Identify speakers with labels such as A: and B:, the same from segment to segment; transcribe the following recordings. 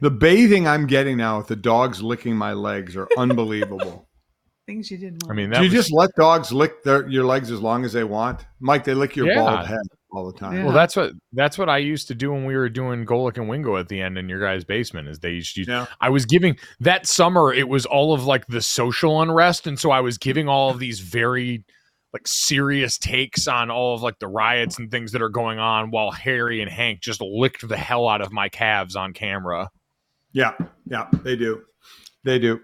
A: The bathing I'm getting now with the dogs licking my legs are unbelievable.
B: Things you didn't
C: I
B: want.
C: mean, that
A: Do you
C: was-
A: just let dogs lick their your legs as long as they want? Mike, they lick your
C: Yeah.
A: bald head all the time.
B: Yeah.
C: well, that's what that's what I used to do when we were doing Golik and Wingo at the end in your guys' basement. Is they used to
A: Yeah.
C: I was giving that summer, it was all of like the social unrest. And so I was giving all of these very like serious takes on all of like the riots and things that are going on while Harry and Hank just licked the hell out of my calves on camera.
A: Yeah, yeah, they do, they do.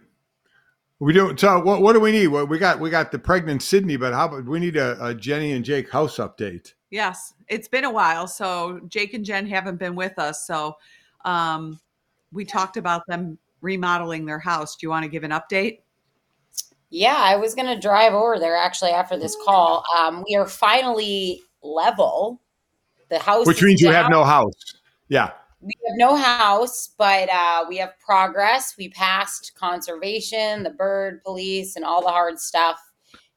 A: We do. So, what, what do we need? What we got? We got the pregnant Sydney, but how about we need a, a Jenny and Jake house update?
B: Yes, it's been a while. So Jake and Jen haven't been with us. So um, we talked about them remodeling their house. Do you want to give an update?
D: Yeah, I was going to drive over there actually after this
A: Oh,
D: call. Um, we are finally level. The house,
A: Which
D: is
A: means you
D: down.
A: have no house. Yeah,
D: we have no house, but uh, we have progress. We passed conservation, the bird police, and all the hard stuff,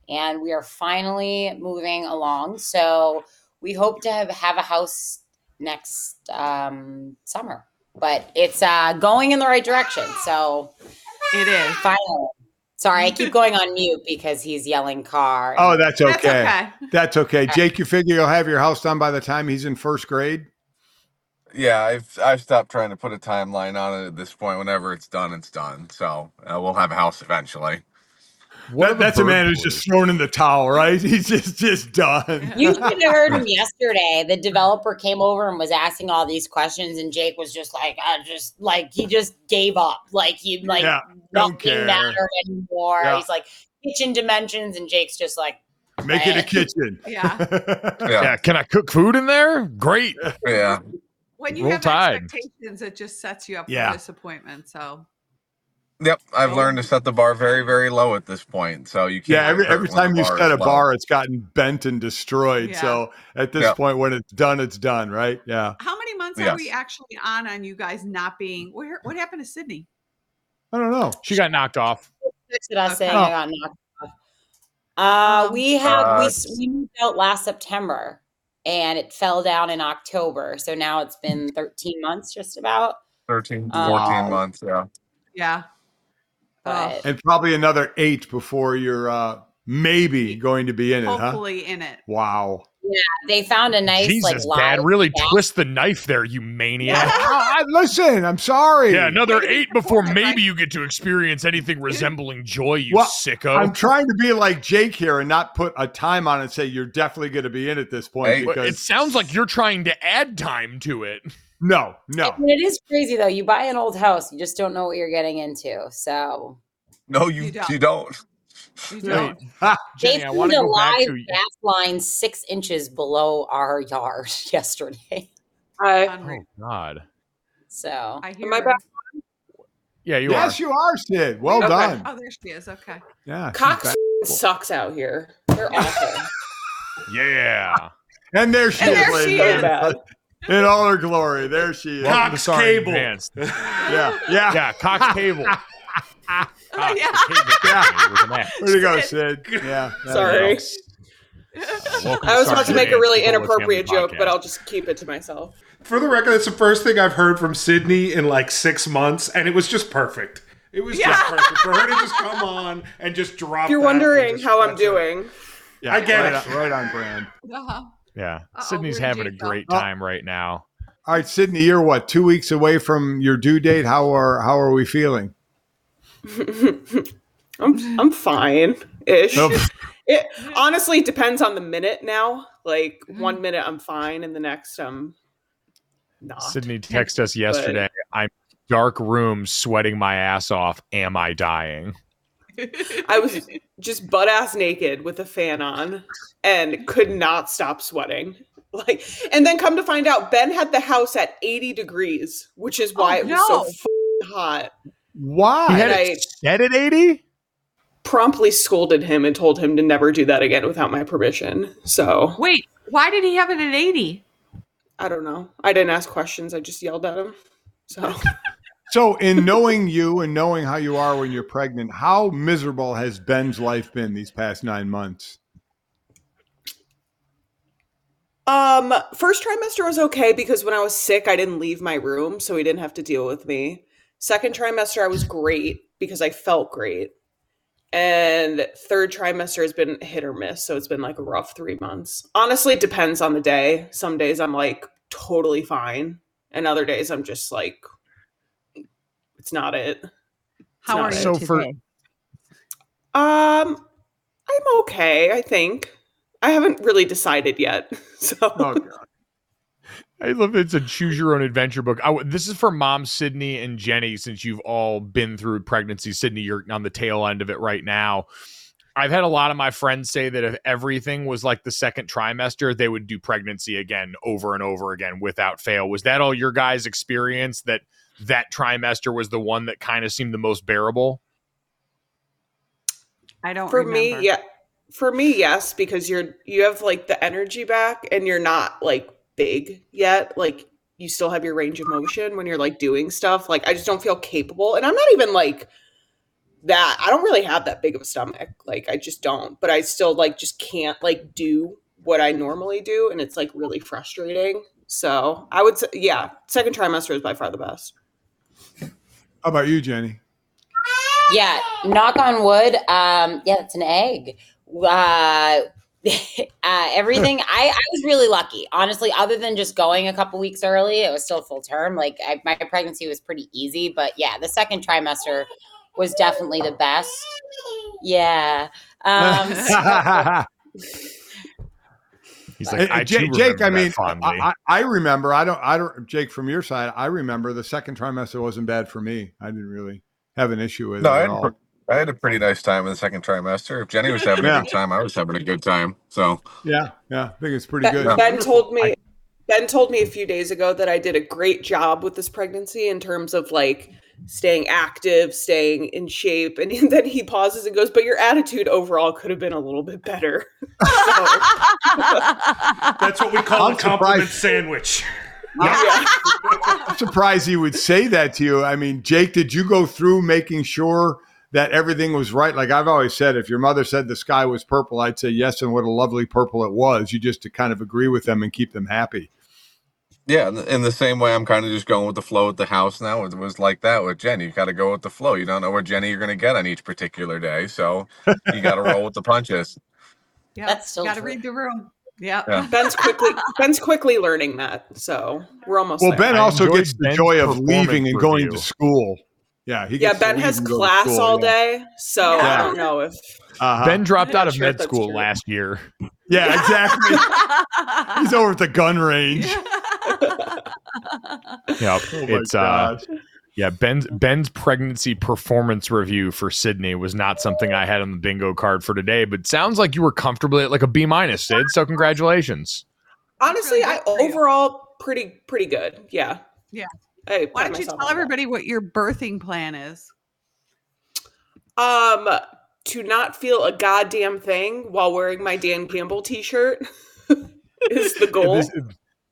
D: and we are finally moving along. So we hope to have, have a house next um, summer, but it's uh, going in the right direction. So
B: It is.
D: finally. Sorry, I keep going on mute because he's yelling car.
A: Oh, that's okay.
B: That's okay.
A: That's okay. Jake, you figure you'll have your house done by the time he's in first grade?
E: Yeah, I've I've stopped trying to put a timeline on it at this point. Whenever it's done, it's done. So uh, we'll have a house eventually.
C: What are
A: That-
C: the
A: that's a
C: bird
A: man who's
C: police?
A: just thrown in the towel, right? He's just just done.
D: You should have heard him yesterday. The developer came over and was asking all these questions, and Jake was just like, I just like he just gave up. Like he like
A: Yeah, don't care.
D: nothing mattered anymore.
A: Yeah.
D: He's like kitchen dimensions, and Jake's just like,
A: Make it a kitchen.
B: Yeah.
E: Yeah,
C: Yeah, can I cook food in there? Great.
E: yeah.
B: When you
C: Roll
B: have
C: Tide.
B: expectations, it just sets you up
A: Yeah.
B: for disappointment. So
E: Yep, I've
B: Oh.
E: learned to set the bar very, very low at this point. So you can't.
A: yeah, every,
E: get hurt
A: every
E: when the
A: time you
E: bar
A: set
E: is
A: a
E: low.
A: bar, it's gotten bent and destroyed.
B: Yeah.
A: So at this
E: Yeah.
A: point, when it's done, it's done, right? Yeah.
B: how many months are we
E: Yes.
B: actually on on you guys not being where what happened to Sydney?
A: I don't know.
C: She got knocked off.
D: texted us saying
A: Okay.
D: I got knocked off. Uh, we have we
E: Uh,
D: s- we moved out last September, and it fell down in October. So now it's been 13 months, just about.
E: 13, 14
D: Oh.
E: months. Yeah.
B: Yeah. Oh,
D: But
A: And probably another eight before you're uh, maybe going to be in it, huh?
B: hopefully in it.
A: Wow.
D: they found a nice
C: Jesus,
D: like
C: Dad,
D: live
C: really
D: cat.
C: twist the knife there, you maniac.
A: I- I- listen, I'm sorry.
C: Yeah, another eight before
B: Right.
C: maybe you get to experience anything resembling joy, you
A: Well,
C: sicko.
A: I'm trying to be like Jake here and not put a time on it and say you're definitely going to be in at this point
E: Hey.
C: Well,
A: because
C: it sounds like you're trying to add time to it.
A: no, no.
D: I mean, it is crazy though. You buy an old house, you just don't know what you're getting into. So
E: No, you
B: You
E: you
B: don't.
E: don't.
B: You
C: Right.
B: don't.
C: Jenny,
D: they
C: I
D: found
C: want to
D: a
C: go back
D: live
C: to
D: gas line six inches below our yard yesterday.
F: Hi.
B: Unreal.
C: Oh, God.
D: So
B: I hear
F: Am I
B: her.
F: back?
C: Yeah, you
A: yes,
C: are.
A: you are, Sid. Well
F: Okay.
A: done.
B: Oh, there she is. Okay.
A: Yeah. she's
F: Cox
A: back.
F: sucks out here. They're awful.
C: yeah.
A: And there she
B: And
A: is.
B: there
A: ladies
B: she
A: and
F: so
B: is.
F: bad.
A: gentlemen. In all her glory. There she is.
C: Welcome to
G: Cox
C: Sorry in
G: Cable.
C: Advance.
A: Yeah. Yeah.
C: Yeah, Cox Cable.
F: Oh,
C: Cox
B: yeah.
C: Cable Company with an X.
A: Where you go, Sid? Yeah. there
F: Sorry.
A: you go.
C: Welcome
F: I was
C: Sorry
F: about to
C: in
F: make a
C: Advance, People
F: really
C: with
F: inappropriate
C: Family
F: joke, but
C: Podcast.
F: I'll just keep it to myself.
G: For the record, it's the first thing I've heard from Sydney in like six months, and it was just perfect. It was
B: Yeah.
G: just perfect for her to just come on and just drop.
F: If you're
G: that and
F: wondering
G: just-
F: how I'm
G: that's it.
F: doing,
A: Yeah,
G: I get
A: right
G: it.
A: On, right on brand.
B: Uh-huh.
C: Yeah.
B: Uh-oh,
C: Sydney's
B: where'd
C: having a
B: Jake go?
C: great
A: Oh.
C: time right now.
A: All right, Sydney, you're what, two weeks away from your due date? How are how are we feeling?
F: I'm I'm fine ish.
A: Nope.
F: It honestly depends on the minute now. Like one minute I'm fine, and the next I'm not.
C: Sydney texted us yesterday. I'm dark room sweating my ass off. Am I dying?
F: I was just butt ass naked with a fan on and could not stop sweating. Like, and then come to find out, Ben had the house at 80 degrees, which is why
B: Oh,
F: it was so
B: no.
F: f***ing hot.
C: He
A: Why?
C: had
F: I-
C: it set at 80?
F: Promptly scolded him and told him to never do that again without my permission. So
B: Wait, why did he have it at 80?
F: I don't know. I didn't ask questions. I just yelled at him. So
A: So, in knowing you and knowing how you are when you're pregnant, how miserable has Ben's life been these past nine months?
F: Um, first trimester was okay because when I was sick, I didn't leave my room, so he didn't have to deal with me. Second trimester, I was great because I felt great. And third trimester has been hit or miss. So it's been like a rough three months. Honestly, it depends on the day. Some days I'm like totally fine. And other days I'm just like, it's not it.
B: How
F: not
B: are you
C: So
B: today?
C: for-
F: Um, I'm okay, I think. I haven't really decided yet. So
A: Oh, God.
C: I love it's a choose your own adventure book. I w this is for mom, Sydney, and Jenny, since you've all been through pregnancy. Sydney, you're on the tail end of it right now. I've had a lot of my friends say that if everything was like the second trimester, they would do pregnancy again over and over again without fail. Was that all your guys' experience that that trimester was the one that kind of seemed the most bearable?
B: I don't
F: for
B: remember.
F: me, yeah. For me, yes, because you're you have like the energy back and you're not like big yet. Like you still have your range of motion when you're like doing stuff. Like I just don't feel capable. And I'm not even like that. I don't really have that big of a stomach. Like I just don't. But I still like just can't like do what I normally do and it's like really frustrating. So, I would say yeah, second trimester is by far the best.
A: How about you, Jenny?
D: Yeah, knock on wood. Um, yeah, it's an egg. Uh, uh, everything. I, I was really lucky, honestly. Other than just going a couple weeks early, it was still full term. Like I, my pregnancy was pretty easy, but yeah, the second trimester was definitely the best. Yeah. Um,
C: He's
A: Uh,
C: like, I
A: Ja-
C: too
A: Jake,
C: remember
A: I
C: that
A: mean, I,
C: fondly.
A: I I remember. I don't. I don't. Jake, from your side, I remember the second trimester wasn't bad for me. I didn't really have an issue with
E: No,
A: it
E: I
A: at
E: had,
A: all.
E: pr- I had a pretty nice time in the second trimester. If Jenny was having
A: Yeah.
E: a good time, I was having a good time. So
A: Yeah, yeah. I think it's pretty
F: Ben,
A: good.
F: Ben told me Ben told me a few days ago that I did a great job with this pregnancy in terms of like staying active, staying in shape, and then he pauses and goes, "But your attitude overall could have been a little bit better." So,
G: That's what we call
A: I'm
G: a compliment
A: surprised.
G: sandwich.
F: yeah.
A: I'm surprised he would say that to you. I mean, Jake, did you go through making sure that everything was right? Like I've always said, if your mother said the sky was purple, I'd say yes, and what a lovely purple it was. You just to kind of agree with them and keep them happy.
E: yeah, in the, in the same way, I'm kind of just going with the flow at the house now. It was like that with Jenny. You got to go with the flow. You don't know what Jenny you're going to get on each particular day, so you got to roll with the punches.
B: yeah,
D: That's still
B: gotta
D: true.
B: read the room. Yeah.
E: Yeah.
F: Ben's quickly Ben's quickly learning that, so we're almost
A: Well,
F: there.
A: Ben
C: I
A: also
C: enjoyed
A: gets the
C: Ben's
A: joy of
C: performance
A: leaving and going to
C: review.
A: school. Yeah, he
F: yeah,
A: gets to
F: Ben
A: leave
F: has
A: and go to
F: class
A: school,
F: all
A: yeah.
F: day, so
B: Yeah.
F: I don't know if
A: Uh-huh.
C: ben dropped
F: I'm
C: out
F: not
C: of
F: sure if
C: med
F: that's
C: school
F: true.
C: last year.
A: yeah, exactly. He's over at the gun range.
C: Yep.
A: Oh my
C: it's uh
A: God.
C: Yeah, Ben's Ben's pregnancy performance review for Sydney was not something I had on the bingo card for today, but sounds like you were comfortably at like a B minus, Sid. So congratulations.
F: honestly,
B: really
F: I
B: good for you.
F: overall pretty pretty good. Yeah,
B: Yeah.
F: Hey,
B: Why don't you tell
F: everybody?
B: everybody what your birthing plan is?
F: Um, to not feel a goddamn thing while wearing my Dan Campbell T-shirt is the goal.
C: This,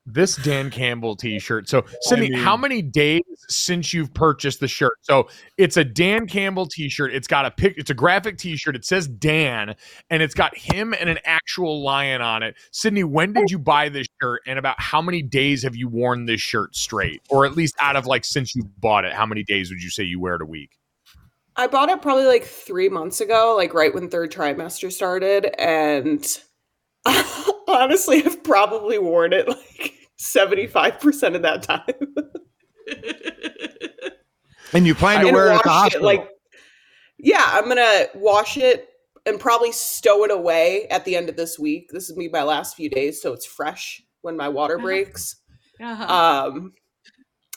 C: this Dan Campbell T-shirt. So Sydney,
A: mean-
C: how many days since you've purchased the shirt? So it's a Dan Campbell T-shirt. It's got a pic. It's a graphic T-shirt. It says Dan, and it's got him and an actual lion on it. Sydney, when did you buy this shirt, and about how many days have you worn this shirt straight, or at least out of like since you bought it? How many days would you say you wear it a week?
F: I bought it probably like three months ago, like right when third trimester started, and honestly, I've probably worn it like seventy-five percent of that time.
A: and you plan to
F: And
A: wear it at
F: washed
A: the hospital.
F: like, yeah, I'm gonna wash it and probably stow it away at the end of this week. This is me my last few days, so it's fresh when my water
A: Mm-hmm.
B: Uh-huh.
F: breaks.
B: Uh-huh.
F: Um,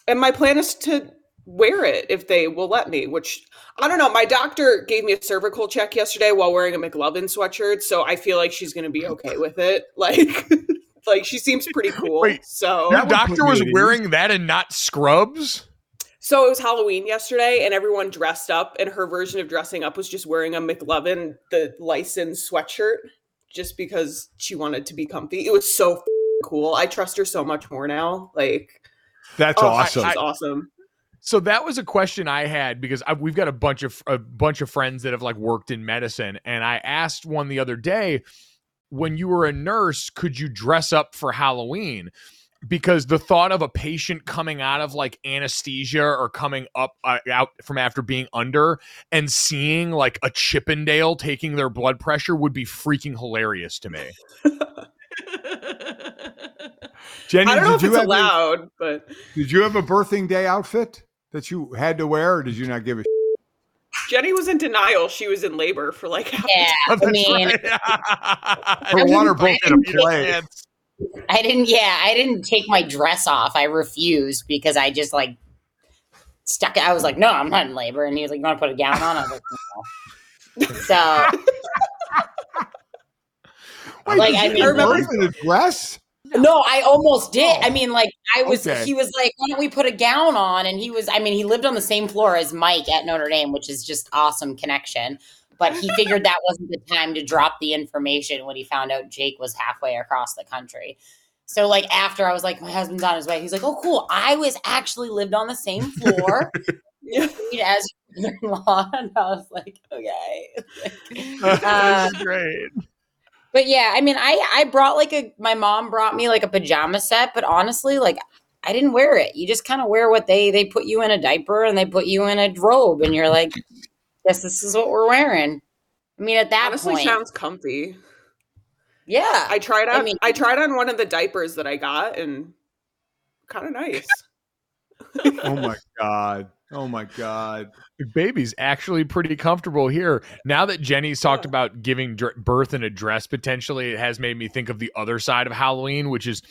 F: and my plan is to wear it if they will let me, which I don't know. My doctor gave me a cervical check yesterday while wearing a McLovin sweatshirt, so I feel like she's going to be okay with it. Like, like she seems pretty cool.
C: Wait,
F: so,
A: that would
C: Your
A: put
C: doctor
A: me
C: was
A: at ease.
C: wearing that and not scrubs.
F: so it was Halloween yesterday, and everyone dressed up, and her version of dressing up was just wearing a McLovin, the licensed sweatshirt, just because she wanted to be comfy. It was so f- cool. I trust her so much more now. Like,
A: That's
F: oh,
A: awesome.
F: She's awesome.
C: So that was a question I had because I, we've got a bunch of a bunch of friends that have like worked in medicine, and I asked one the other day, when you were a nurse, could you dress up for Halloween? because the thought of a patient coming out of like anesthesia or coming up uh, out from after being under and seeing like a Chippendale taking their blood pressure would be freaking hilarious to me.
A: Jenny,
F: I don't know
A: did
F: if
A: you have
F: it's
A: any-
F: allowed, but
A: Did you have a birthing day outfit that you had to wear, or did you not give a?
F: Jenny was in denial. She was in labor for like half
D: Yeah, I
C: That's
D: mean,
C: right.
A: Her water broke in a play.
D: I didn't. Yeah, I didn't take my dress off. I refused because I just like stuck. it. I was like, no, I'm not in labor. And he was like, you want to put a gown on? I was like, no. So
A: Wait,
D: Like,
A: did
D: I
A: you
D: mean-
A: give birth in a dress?
D: no, I almost did. I mean, like I was.
A: Okay.
D: He was like, why don't we put a gown on? And he was. I mean, he lived on the same floor as Mike at Notre Dame, which is just awesome connection. But he figured that wasn't the time to drop the information when he found out Jake was halfway across the country. So like after I was like, my husband's on his way. He's like, oh cool. I was actually lived on the same floor.
F: Yeah.
D: married as your law and I was like, okay. Uh,
C: That's great.
D: but yeah, I mean, I I brought like a my mom brought me like a pajama set, but honestly, like I didn't wear it. You just kind of wear what they they put you in a diaper and they put you in a robe, and you're like, yes, this is what we're wearing. I mean, at that
F: honestly
D: point,
F: sounds comfy.
D: yeah,
F: I tried
D: I
F: on I,
D: mean-
F: tried on one of the diapers that I got and kind of nice.
A: Oh my god! Oh my god!
C: baby's actually pretty comfortable here. Now that Jenny's talked about giving dr- birth in a dress, potentially, it has made me think of the other side of Halloween, which is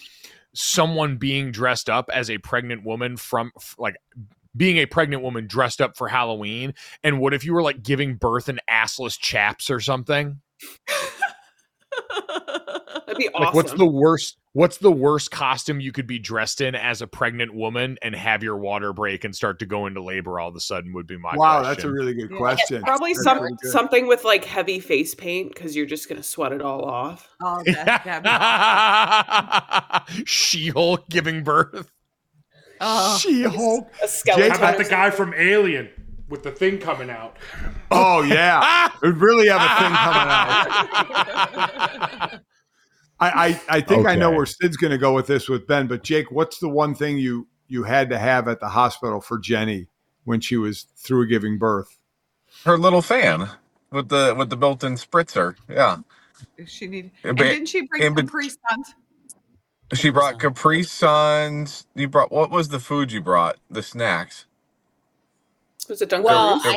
C: someone being dressed up as a pregnant woman from f- like being a pregnant woman dressed up for Halloween. And what if you were like giving birth in assless chaps or something?
F: That'd be awesome.
C: Like, what's the worst? What's the worst costume you could be dressed in as a pregnant woman and have your water break and start to go into labor all of a sudden? Would be my
A: wow,
C: question.
A: that's a really good
B: Yeah.
A: question.
F: Probably
A: That's
F: some
A: really good.
F: something with like heavy face paint because you're just gonna sweat it all off.
B: Oh, that, that'd be awesome.
C: she Hulk giving birth.
B: Oh,
A: She Hulk.
F: A skeleton.
A: Jake-
G: How about the
F: or
G: guy from Alien with the thing coming out?
A: Oh yeah,
C: Ah!
A: we really have a thing coming out. I I, I think I know
C: Okay.
A: where Sid's going to go with this with Ben, but Jake, what's the one thing you you had to have at the hospital for Jenny when she was through giving birth?
E: Her little fan with the with the built-in spritzer. Yeah.
B: she needed.
E: Yeah,
B: And
E: but-
B: didn't she bring
E: and
B: some
E: but-
B: pre suns?
E: She brought Capri Suns. You brought what was the food you brought? The snacks.
F: Was it Dunkaroos?
D: well, I had, I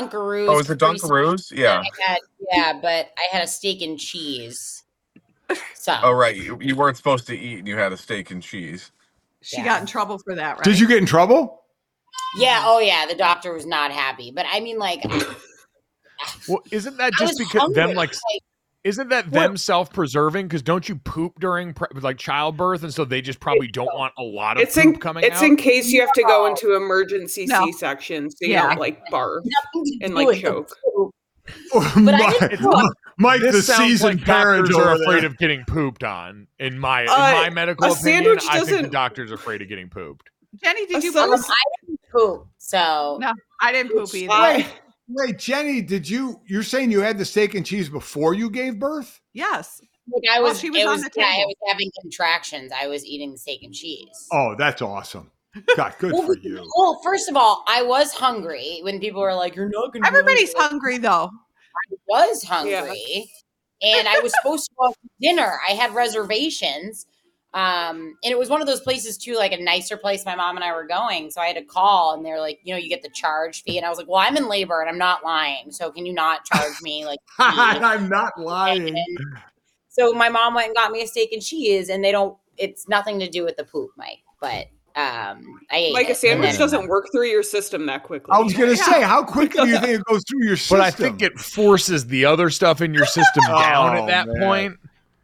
D: had Dunkaroos.
E: Oh, was it
D: Capri Sun.
E: Dunkaroos? Yeah.
D: I had, yeah, but I had a steak and cheese. So
E: Oh right, you, you weren't supposed to eat, and you had a steak and cheese.
B: She
D: Yeah.
B: got in trouble for that, right?
A: Did you get in trouble?
D: Yeah.
B: Mm-hmm.
D: Oh, yeah. The doctor was not happy, but I mean, like, I
C: Well, isn't that
D: was
C: just because
D: hungry,
C: them like isn't that them self-preserving? Because don't you poop during pre- like childbirth, and so they just probably don't want a lot of
F: it's
C: poop
F: in
C: coming
F: it's
C: out.
F: in case you have to go into emergency
B: No.
F: C-section, so you
B: Yeah.
F: don't like barf
D: nothing to
F: and
D: do
F: like
D: with the
F: choke.
D: food. But I
A: Mike,
D: didn't cook.
A: Mike, the
C: this sounds
A: seasoned
C: like
A: parents
C: doctors
A: are
C: are afraid of getting pooped on. In my in
F: Uh,
C: my medical
F: a
C: opinion,
F: sandwich
C: I think the
F: doesn't-
C: doctors are afraid of getting pooped.
B: Jenny, did
F: A
B: you
F: sun-
B: poop?
D: Um, I didn't poop, so
B: No. I didn't poop either.
F: I-
A: Wait, Jenny, did you? You're saying you had the steak and cheese before you gave birth?
B: Yes.
D: like, I
B: Well,
D: was,
B: she was
D: it
B: on
D: was,
B: the
D: yeah, I
B: table.
D: was having contractions. I was eating steak and cheese.
A: Oh, that's awesome. God, good
D: Well,
A: for
D: we-
A: you.
D: well, first of all, I was hungry when people were like, "You're not gonna." be
B: Everybody's
D: hungry."
B: hungry though.
D: was hungry and I was supposed to go out to dinner. I had reservations. Um, and it was one of those places too, like a nicer place my mom and I were going. So I had to call and they were like, you know, you get the charge fee. And I was like, well, I'm in labor and I'm not lying. So can you not charge me? Like, a fee?"
A: I'm not lying.
D: so my mom went and got me a steak and cheese and they don't, it's nothing to do with the poop, Mike, but, um, I ate
F: Like
D: it,
F: a
D: and
F: sandwich
D: then-
F: doesn't work through your system that quickly.
A: I was gonna
B: Yeah.
A: say, how quickly do you think it goes through your system?
C: But I think it forces the other stuff in your system down
A: Oh,
C: at that
A: man.
C: point.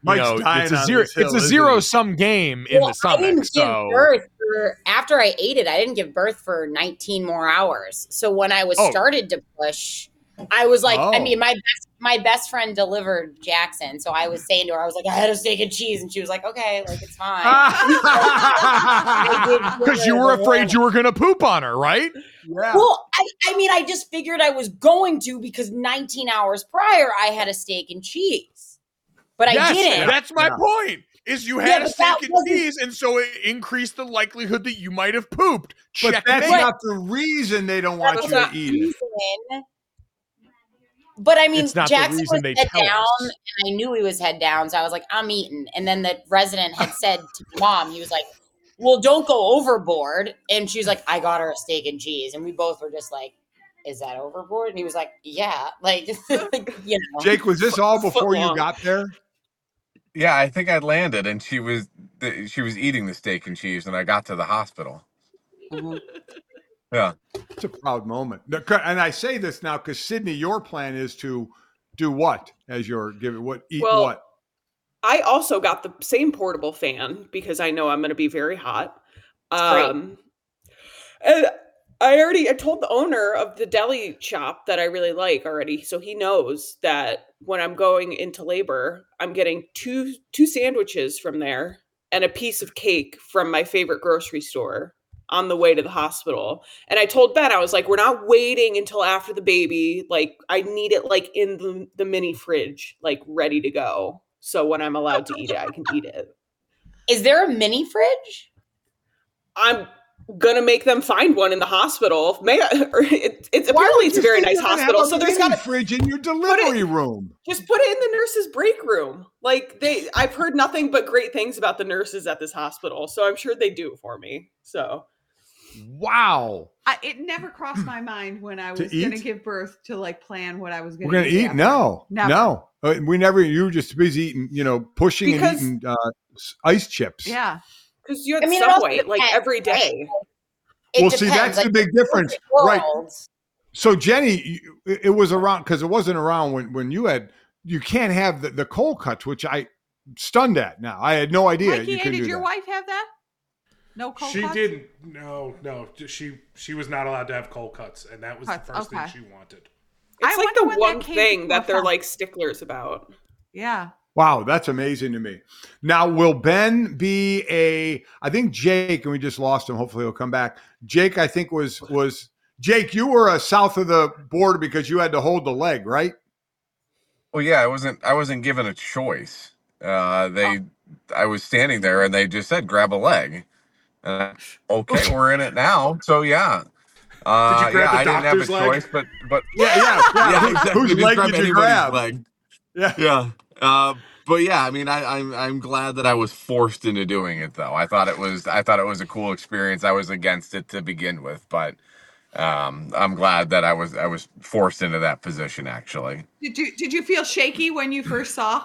C: You
A: Mike's
C: know,
A: dying
C: it's a
A: on
C: zero.
A: this hill,
C: it's a
A: isn't
C: zero
A: he?
C: sum game in the
D: I
C: stomach.
D: didn't
C: So
D: give birth for, after I ate it, I didn't give birth for 19 more hours. So when I was
C: Oh.
D: started to push, I was like, I
A: Oh.
D: mean, my best my best friend delivered Jackson, so I was saying to her, I was like, I had a steak and cheese, and she was like, okay, like it's fine. I did give
C: because you
D: her
C: were
D: the
C: afraid you were going to poop on her, right?
A: yeah.
D: Well, I, I mean, I just figured I was going to because 19 hours prior I had a steak and cheese, but I
C: Yes,
D: didn't.
C: That's my
A: Yeah.
C: point. is you
D: Yeah,
C: had a
D: but that
C: stinking
D: wasn't-
C: sneeze, and so it increased the likelihood that you might have pooped.
A: But
C: Checkmate.
A: that's not the reason they don't want
F: That's
A: you to
F: not-
A: eat it.
D: reason. But I mean,
C: It's not the
D: Jackson
C: reason
D: was
C: they
D: head
C: tell us.
D: down, and I knew he was head down, so I was like, "I'm eating." And then the resident had said to mom, he was like, "Well, don't go overboard." And she was like, "I got her a steak and cheese," and we both were just like, "Is that overboard?" And he was like, "Yeah," like, you know,
A: Jake, was this all
F: Foot
A: before you
F: long.
A: got there?
E: Yeah, I think I landed, and she was th- she was eating the steak and cheese, and I got to the hospital. Yeah,
A: It's a proud moment. The- And I say this now because Sydney, your plan is to do what as your giving what eat
F: Well,
A: what?
F: I also got the same portable fan because I know I'm going to be very hot.
D: great.
F: Um, and I already I told the owner of the deli shop that I really like already, so he knows that when I'm going into labor, I'm getting two two sandwiches from there and a piece of cake from my favorite grocery store on the way to the hospital. And I told Ben I was like, "We're not waiting until after the baby. Like I need it like in the, the mini fridge, like ready to go." So when I'm allowed to eat it, I can eat it.
D: is there a mini fridge?
F: I'm gonna make them find one in the hospital. May I, or it, it's apparently it's a very nice hospital, so there's got
A: a
F: to
A: fridge in your delivery room.
F: just put it in the nurses' break room. Like they, I've heard nothing but great things about the nurses at this hospital, so I'm sure they do it for me. So
A: Wow,
B: I, it never crossed my mind when I
A: To
B: was going to
A: eat?
B: give birth to like plan what I was going
A: we're gonna eat?
B: after.
A: No,
B: Never.
A: no. Uh, We never. You were just busy eating, you know, pushing
F: Because-
A: and eating uh, s- ice chips.
B: Yeah.
F: because you had
D: I mean, it also
F: subway like
D: depends,
F: every day.
D: It
A: well, see,
D: depends,
A: that's the
D: like,
A: big difference,
D: different
A: right?
D: worlds.
A: So Jenny, you- it it was around because it wasn't around when when you had. You can't have the, the cold cuts, which I stunned at. Now I had no idea
B: Mikey,
A: you
B: hey,
A: could
B: did
A: do
B: your
A: that.
B: wife have that? No cold
G: she
B: cuts?
G: didn't. No, no. She she was not allowed to have cold cuts, and that was
B: Cuts,
G: the first
B: okay.
G: thing she wanted.
B: I
F: It's like
B: wonder
F: the
B: when that
F: one
B: came
F: thing that
B: from.
F: they're like sticklers about.
B: Yeah.
A: Wow, that's amazing to me. Now, will Ben be a? I think Jake, and we just lost him. Hopefully, he'll come back. Jake, I think was was Jake. You were a south of the border because you had to hold the leg, right?
E: well, yeah, I wasn't I wasn't given a choice.
A: Oh.
E: Uh, they, I was standing there, and they just said grab a leg. Uh, okay, we're in it now. So yeah, uh,
G: grab
E: yeah,
G: the
E: I didn't have a
G: doctor's leg?
E: choice, but but
A: Yeah, yeah,
E: yeah, exactly.
A: Whose
E: Just
A: leg
E: grab
A: did you
E: anybody's
A: grab?
E: leg.
A: Yeah.
E: Yeah. Uh, but yeah, I mean, I, I'm I'm glad that I was forced into doing it though. I thought it was I thought it was a cool experience. I was against it to begin with, but um, I'm glad that I was I was forced into that position. Actually,
B: Did you did you feel shaky when you first saw?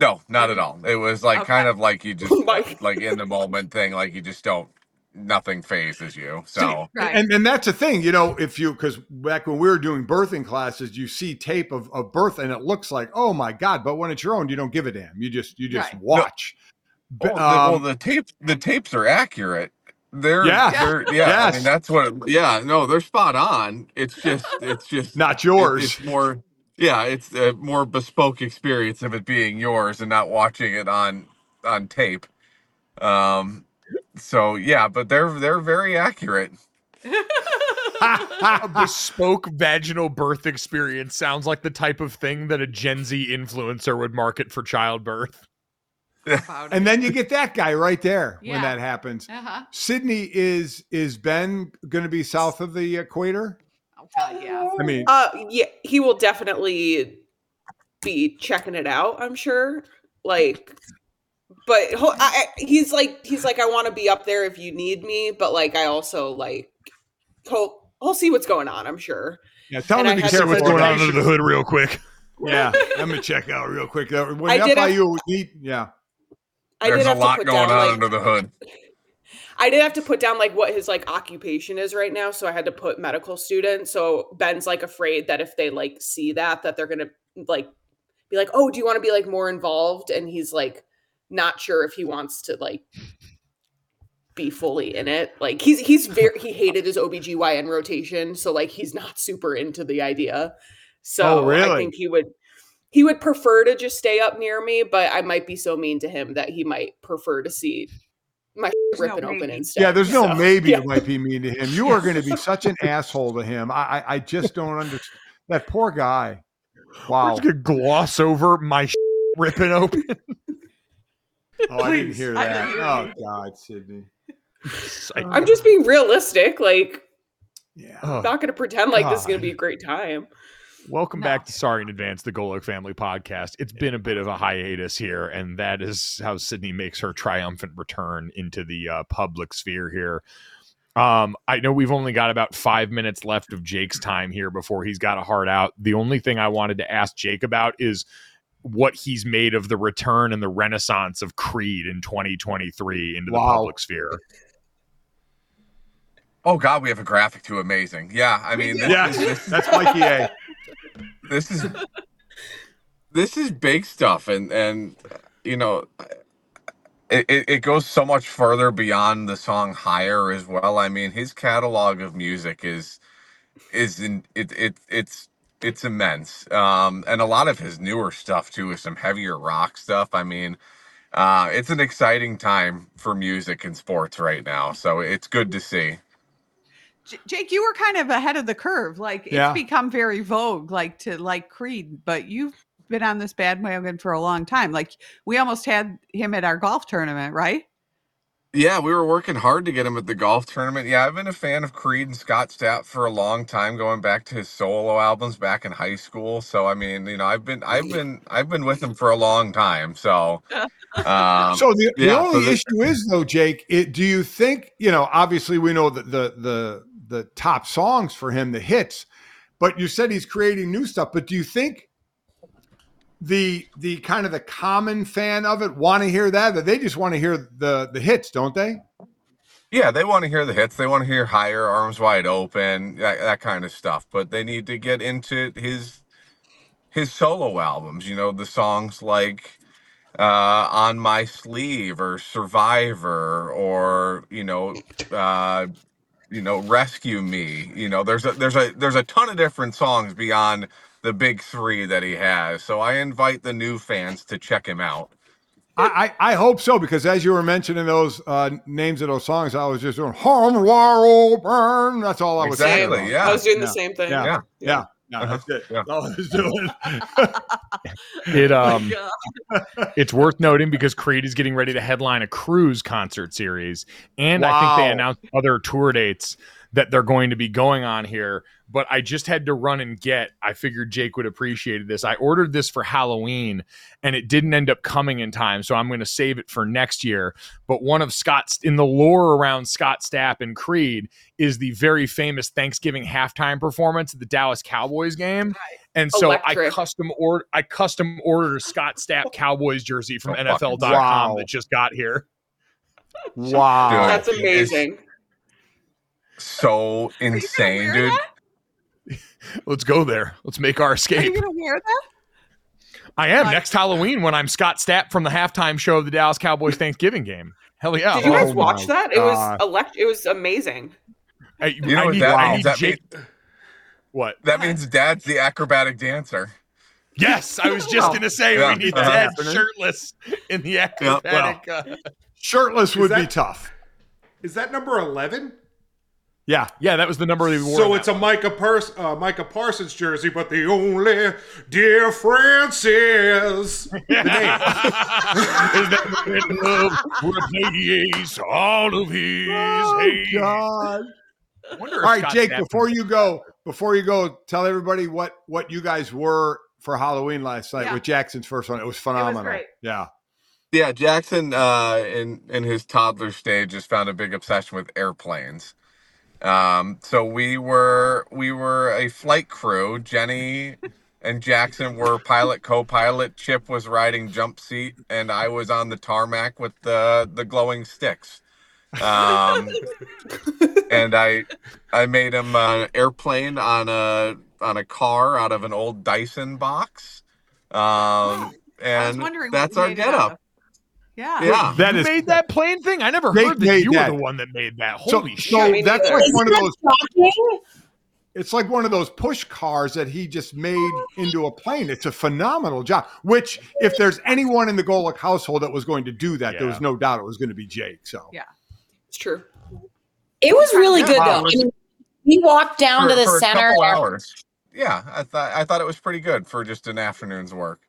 E: no, not at all. It was like
B: Okay.
E: kind of like you just
F: Oh my-
E: like, like in the moment thing. Like you just don't nothing phases you. So
B: Right.
A: And and that's the thing, you know, if you because back when we were doing birthing classes, you see tape of, of birth and it looks like, oh my God, but when it's your own, you don't give a damn. You just you just
B: Right.
A: watch.
E: Oh,
A: But,
E: the, well,
A: um,
E: the tapes the tapes are accurate. They're
A: Yeah.
E: they're, yeah. I
A: Yes.
E: mean, that's what. it- yeah, no, they're spot on. It's just it's just
A: not
E: it-
A: yours.
E: it's more. Yeah, it's a more bespoke experience of it being yours and not watching it on on tape. Um. So yeah, but they're they're very accurate.
C: A bespoke vaginal birth experience sounds like the type of thing that a Gen Z influencer would market for childbirth.
B: About
A: and then you get that guy right there when
B: Yeah.
A: that happens.
B: uh-huh.
A: Sydney is is Ben going to be south of the equator?
B: Oh, God, yeah.
A: I mean,
F: Uh, yeah, he will definitely be checking it out. I'm sure. Like, but ho- I, I- he's like, he's like, I want to be up there if you need me, but like, I also like, he'll he'll see what's going on. I'm sure.
A: yeah, tell
F: and
A: him
F: I
A: to be
F: have to
A: careful.
F: put
A: what
F: the
A: I'm-
C: under the hood real quick.
A: Yeah, I'm gonna check out real quick. Uh, When
F: I did have-
A: FIU need, yeah,
F: I
E: There's
F: did
E: a
F: have
E: lot
F: to put
E: going
F: down
E: on
F: like
E: under the hood.
F: I did have to put down like what his like occupation is right now, so I had to put medical student. So Ben's like afraid that if they like see that, that they're gonna like be like, oh, do you want to be like more involved? And he's like not sure if he wants to like be fully in it. Like he's he's very he hated his OBGYN rotation, so like he's not super into the idea. So I
A: really?
F: think he would he would prefer to just stay up near me, but I might be so mean to him that he might prefer to see my
B: no
F: ripping open
B: maybe.
F: instead.
A: yeah. There's no
F: So,
A: maybe
F: yeah.
A: it might be mean to him. You are going to be such an asshole to him. I, I I just don't understand that poor guy.
C: We're
A: Wow.
C: just gonna gloss over my ripping open.
A: Oh, I didn't
G: Please.
A: hear
F: I
A: that.
F: didn't hear
A: Oh
F: you.
A: God, Sydney.
C: I-
F: I'm just being realistic. Like,
A: Yeah.
E: Oh,
C: Ugh.
F: not going to pretend like this is going to be a great time.
C: Welcome
B: No.
C: back to Sorry in Advance, the Golick Family Podcast. It's been a bit of a hiatus here, and that is how Sydney makes her triumphant return into the uh, public sphere here. Um, I know we've only got about five minutes left of Jake's time here before he's got a heart out. The only thing I wanted to ask Jake about is what he's made of the return and the renaissance of Creed in 2023 into the
A: Wow.
C: public sphere.
E: Oh God, we have a graphic too amazing. Yeah, I mean, this,
A: Yeah, that's Mikey A.
E: this is this is big stuff, and and you know, it, it it goes so much further beyond the song "Higher" as well. I mean, his catalog of music is is in it it it's it's immense, um, and a lot of his newer stuff too is some heavier rock stuff. I mean. Uh, it's an exciting time for music and sports right now, so it's good to see.
B: J- Jake, you were kind of ahead of the curve. Like
A: Yeah.
B: it's become very vogue, like to like Creed, but you've been on this bandwagon for a long time. Like we almost had him at our golf tournament, right?
E: Yeah, we were working hard to get him at the golf tournament. Yeah, I've been a fan of Creed and Scott Stapp for a long time, going back to his solo albums back in high school. So I mean, you know, I've been, I've been, I've been with him for a long time. So, um,
A: So the, the
E: yeah, so
A: only
E: this-
A: issue is though, Jake, it, do you think you know? Obviously, we know that the the the top songs for him, the hits, but you said he's creating new stuff. But do you think the the kind of the common fan of it want to hear that? That they just want to hear the the hits, don't they?
E: yeah, they want to hear the hits. They want to hear higher, arms wide open, that, that kind of stuff. But they need to get into his his solo albums. You know, the songs like uh on my sleeve or survivor or you know uh you know rescue me you know there's a there's a there's a ton of different songs beyond the big three that he has so i invite the new fans to check him out
A: I, I I hope so because as you were mentioning those uh, names of those songs, I was just doing "Harm, Warrow, Burn." That's all I was saying.
E: Exactly, yeah.
F: I was doing
A: yeah.
F: the same thing.
A: Yeah.
E: Yeah.
A: Yeah. No, that's it.
E: Yeah.
A: That's all I was doing.
C: It um,
B: Like, uh,
C: It's worth noting because Creed is getting ready to headline a cruise concert series. And I think they
A: Wow.
C: announced other tour dates that they're going to be going on here. But I just had to run and get, I figured Jake would appreciate this. I ordered this for Halloween and it didn't end up coming in time. So I'm going to save it for next year. But one of Scott's, in the lore around Scott Stapp and Creed, is the very famous Thanksgiving halftime performance at the Dallas Cowboys game. And so I
F: Electric.
C: custom order I custom ordered a Scott Stapp Cowboys jersey from
E: Oh, fuck.
C: NFL.com
A: Wow.
C: that just got here.
A: wow.
F: That's
E: Dude,
F: amazing.
E: so insane dude
C: Let's go there. Let's make our
B: Are you
C: escape.
B: gonna wear that?
C: I am
B: Like-
C: next Halloween when I'm Scott Stapp from the halftime show of the Dallas Cowboys Thanksgiving game. Hell yeah.
F: Did you guys
A: Oh my
F: watch that? It was
A: God.
F: elect. It was amazing.
C: I,
E: you know
C: I
E: what
C: need,
E: that
C: I
E: means?
C: need
E: That
C: Jake. What?
E: that means dad's the acrobatic dancer
C: Yes, I was just gonna say
E: Yeah.
C: we need
E: Uh-huh.
C: Ted shirtless in the acrobatic. uh,
A: Shirtless would be
G: that-
A: tough.
G: Is that number eleven?
A: Yeah.
C: yeah, that was the number they wore. in
G: So
C: that
G: it's a Micah, Pers- uh, Micah Parsons jersey, but the only difference is the name.
C: is that we're in love replace all of his
A: Oh,
C: hate.
A: God.
C: I wonder if
A: All right,
C: Scott
A: Jake,
C: Stapp-
A: before you go, before you go, tell everybody what what you guys were for Halloween last night
B: Yeah.
A: with Jackson's first one. It was phenomenal.
F: great.
A: Yeah.
E: yeah jackson uh in in his toddler stage just found a big obsession with airplanes um so we were we were a flight crew jenny and jackson were pilot co-pilot chip was riding jump seat and i was on the tarmac with the the glowing sticks um and i i made him an airplane on a on a car out of an old dyson box um
B: I was
E: and
B: wondering. what
E: that's
B: you
E: our
B: made it
E: getup
B: out of. Yeah.
E: yeah.
A: That
C: you
A: is
C: made that plain thing. I never
A: Jake
C: heard that
A: made
C: you
A: that.
C: were the one that made that.
A: so,
C: Holy shit!
A: so
F: me
A: that's
F: neither.
A: like one of those
D: Shocking?
A: it's like one of those push cars that he just made into a plane. It's a phenomenal job. Which if there's anyone in the Golick household that was going to do that, there
C: Yeah.
A: was no doubt it was going to be Jake. So
B: Yeah.
F: It's true.
D: It was really
A: Yeah,
D: good
A: wow,
D: though. I
A: listen.
D: mean, we walked down
E: For-
D: to the
E: for a
D: center.
E: couple hours. Yeah, I thought I thought it was pretty good for just an afternoon's work.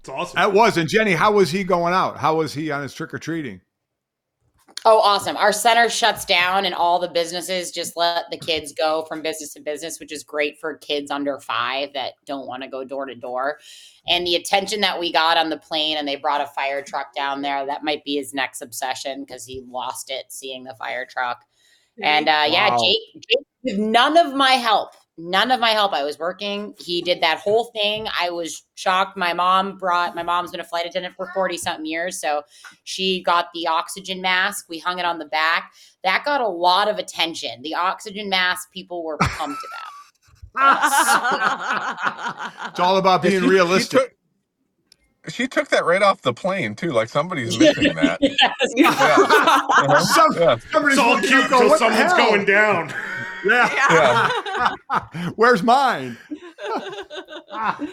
G: It's awesome.
A: That was. And Jenny, how was he going out? How was he on his trick or treating?
D: Oh, awesome. Our center shuts down and all the businesses just let the kids go from business to business, which is great for kids under five that don't want to go door to door. And the attention that we got on the plane, and they brought a fire truck down there, that might be his next obsession because he lost it seeing the fire truck. And uh, yeah,
A: Wow.
D: Jake, Jake, with none of my help, none of my help. I was working. He did that whole thing. I was shocked. My mom brought, my mom's been a flight attendant for 40 something years. So she got the oxygen mask. We hung it on the back. That got a lot of attention. The oxygen mask people were pumped about.
G: Uh,
A: It's all about being realistic.
E: She took, she took that right off the plane too. Like somebody's missing that. Uh-huh.
A: Some-
E: Yeah.
A: somebody's
G: It's all
A: looking up
G: cute
A: going,
G: until
A: "What the
G: someone's
A: hell?"
G: going down.
A: Yeah. Where's mine?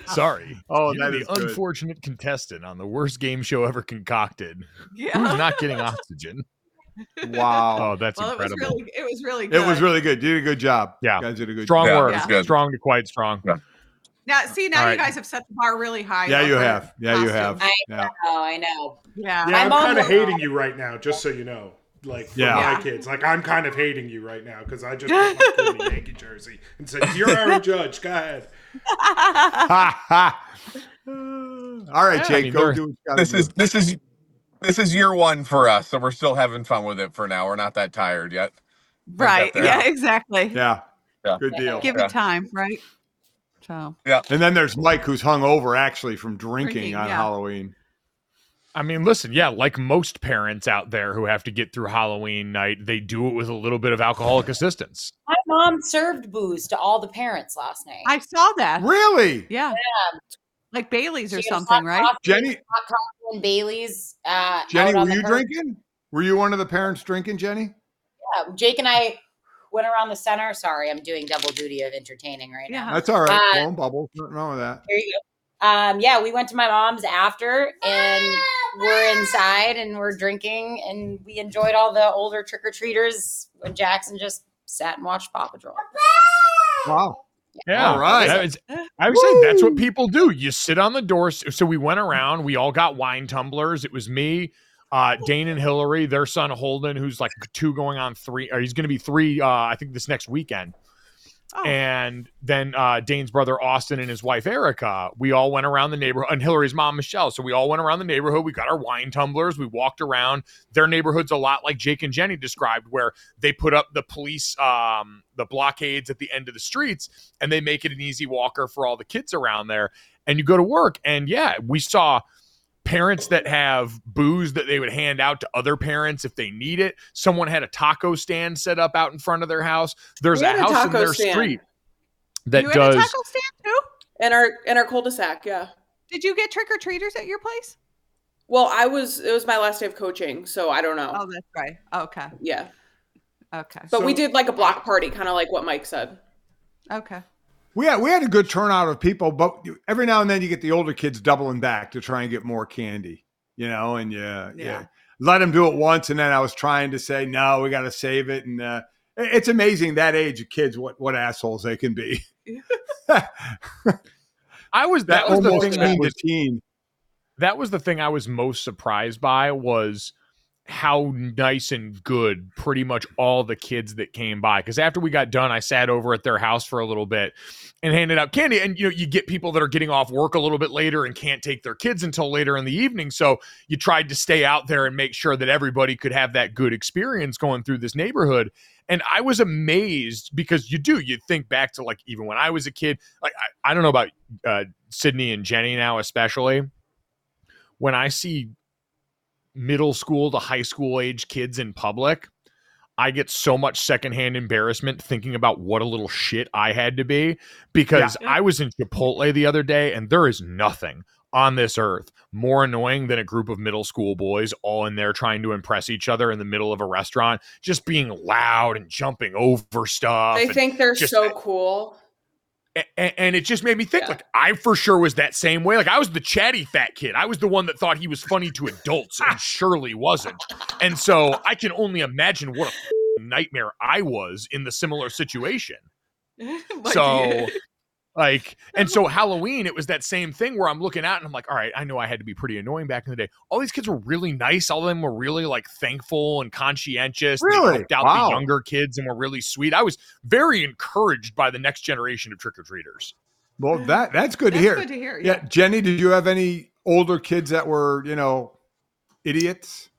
C: Sorry.
A: Oh,
C: You're
A: that
C: the
A: is good.
C: unfortunate contestant on the worst game show ever concocted.
B: yeah.
C: Who's not getting oxygen?
A: Wow.
C: Oh, that's
B: well, it was
C: incredible.
B: really, it was really
A: it
B: good.
A: was really good. You did a good job.
C: Yeah.
A: You guys did a good
C: strong
E: Yeah,
C: work.
E: that's good.
C: Strong to quite strong.
B: Now, see, now
C: All
B: you
C: right.
B: guys have set the bar really high.
A: job. Yeah,
B: though,
A: you
B: for
A: have. Yeah, you
B: costumes.
A: have.
D: I-
A: Yeah.
D: Oh, I know.
B: Yeah.
G: Yeah, I'm,
D: I'm
G: kind of
D: on-
G: hating you right now, just so you know. Like for
A: Yeah.
G: my kids, like I'm kind of hating you right now because I just put my kid in a Yankee jersey and said, "You're our judge." Go ahead.
A: Ha, ha. All right,
C: Yeah, I
A: Jake,
C: mean,
A: go
C: they're-
A: do what you gotta
E: This
A: do.
E: is this is this is year one for us, so we're still having fun with it for now. We're not that tired yet.
B: Right.
E: there.
B: Yeah, exactly.
A: yeah.
E: Yeah.
A: Good deal.
B: Give
E: Yeah.
B: it time, right? So,
A: And then there's Mike who's hung over actually from drinking,
B: Drinking,
A: on
B: yeah.
A: Halloween.
C: I mean, listen, yeah, like most parents out there who have to get through Halloween night, they do it with a little bit of alcoholic assistance.
D: My mom served booze to all the parents last night.
B: I saw that.
A: Really?
B: Yeah. Like Bailey's or
D: She had
B: something,
D: hot
B: right?
D: coffee-
A: Jenny
D: hot coffee and Bailey's. Uh,
A: Jenny,
D: out on
A: were
D: the
A: you
D: curb.
A: drinking? Were you one of the parents drinking, Jenny?
D: Yeah, Um, Jake and I went around the center. Sorry, I'm doing double duty of entertaining right now.
B: Yeah.
A: That's all right.
D: Uh,
A: Blown bubbles. Nothing wrong with that.
D: There you go. Um, yeah, we went to my mom's after, and we're inside and we're drinking, and we enjoyed all the older trick or treaters when Jackson just sat and watched Paw Patrol.
A: Wow.
C: Yeah.
A: All right.
C: That is- I would say that's what people do. You sit on the door. So so we went around. We all got wine tumblers. It was me, uh, Dane and Hillary, their son Holden, who's like two going on three, or he's going to be three, uh, I think, this next weekend.
B: Oh.
C: And then uh, Dane's brother Austin and his wife Erica. We all went around the neighborhood, and Hillary's mom Michelle. So we all went around the neighborhood. We got our wine tumblers. We walked around. Their neighborhood's a lot like Jake and Jenny described, where they put up the police um the blockades at the end of the streets and they make it an easy walker for all the kids around there and you go to work and yeah we saw parents that have booze that they would hand out to other parents if they need it someone had a taco stand set up out in front of their house there's
F: We
C: a
F: had a
C: house in
F: taco
C: their
F: stand.
C: street that
B: you had
C: does
B: a taco stand too?
F: And our and our cul-de-sac, yeah.
B: Did you get trick or treaters at your place?
F: Well, I was it was my last day of coaching, so I don't know.
B: Oh, that's right. Okay.
F: yeah.
B: Okay.
F: But we
G: So-
F: did like a block party, kind of like what Mike said.
B: Okay.
A: We had, we had a good turnout of people, but you- every now and then you get the older kids doubling back to try and get more candy, you know, and yeah, yeah.
B: Yeah.
A: Let them do it once, and then I was trying to say, no, we got to save it, and uh, it- it's amazing that age of kids what what assholes they can be.
C: i was that,
A: That,
C: was the
A: almost
C: thing that
A: teen
C: was
A: to teen.
C: that was the thing I was most surprised by was how nice and good pretty much all the kids that came by because after we got done i sat over at their house for a little bit and handed out candy and you know you get people that are getting off work a little bit later and can't take their kids until later in the evening so you tried to stay out there and make sure that everybody could have that good experience going through this neighborhood and i was amazed because you do you think back to like even when i was a kid like i, I don't know about uh, sydney and jenny now especially when I see middle school to high school age kids in public, I get so much secondhand embarrassment thinking about what a little shit I had to be because I was in Chipotle the other day and there is nothing on this earth more annoying than a group of middle school boys all in there trying to impress each other in the middle of a restaurant, just being loud and jumping over stuff.
F: They
C: and-
F: think they're
C: just-
F: so cool.
C: a- a- and it just made me think
F: Yeah.
C: like i for sure was that same way like i was the chatty fat kid i was the one that thought he was funny to adults and surely wasn't and so i can only imagine what a nightmare i was in the similar situation
B: Like-
C: so Like, and so Halloween, it was that same thing where I'm looking out and I'm like, all right, I know I had to be pretty annoying back in the day. All these kids were really nice. All of them were really like thankful and conscientious. and they
A: Really?
C: helped out
A: Wow.
C: the younger kids and were really sweet. I was very encouraged by the next generation of trick or treaters.
A: Well, that that's good
B: That's
A: to hear.
B: good to hear.
A: yeah. Jenny, did you have any older kids that were you know idiots?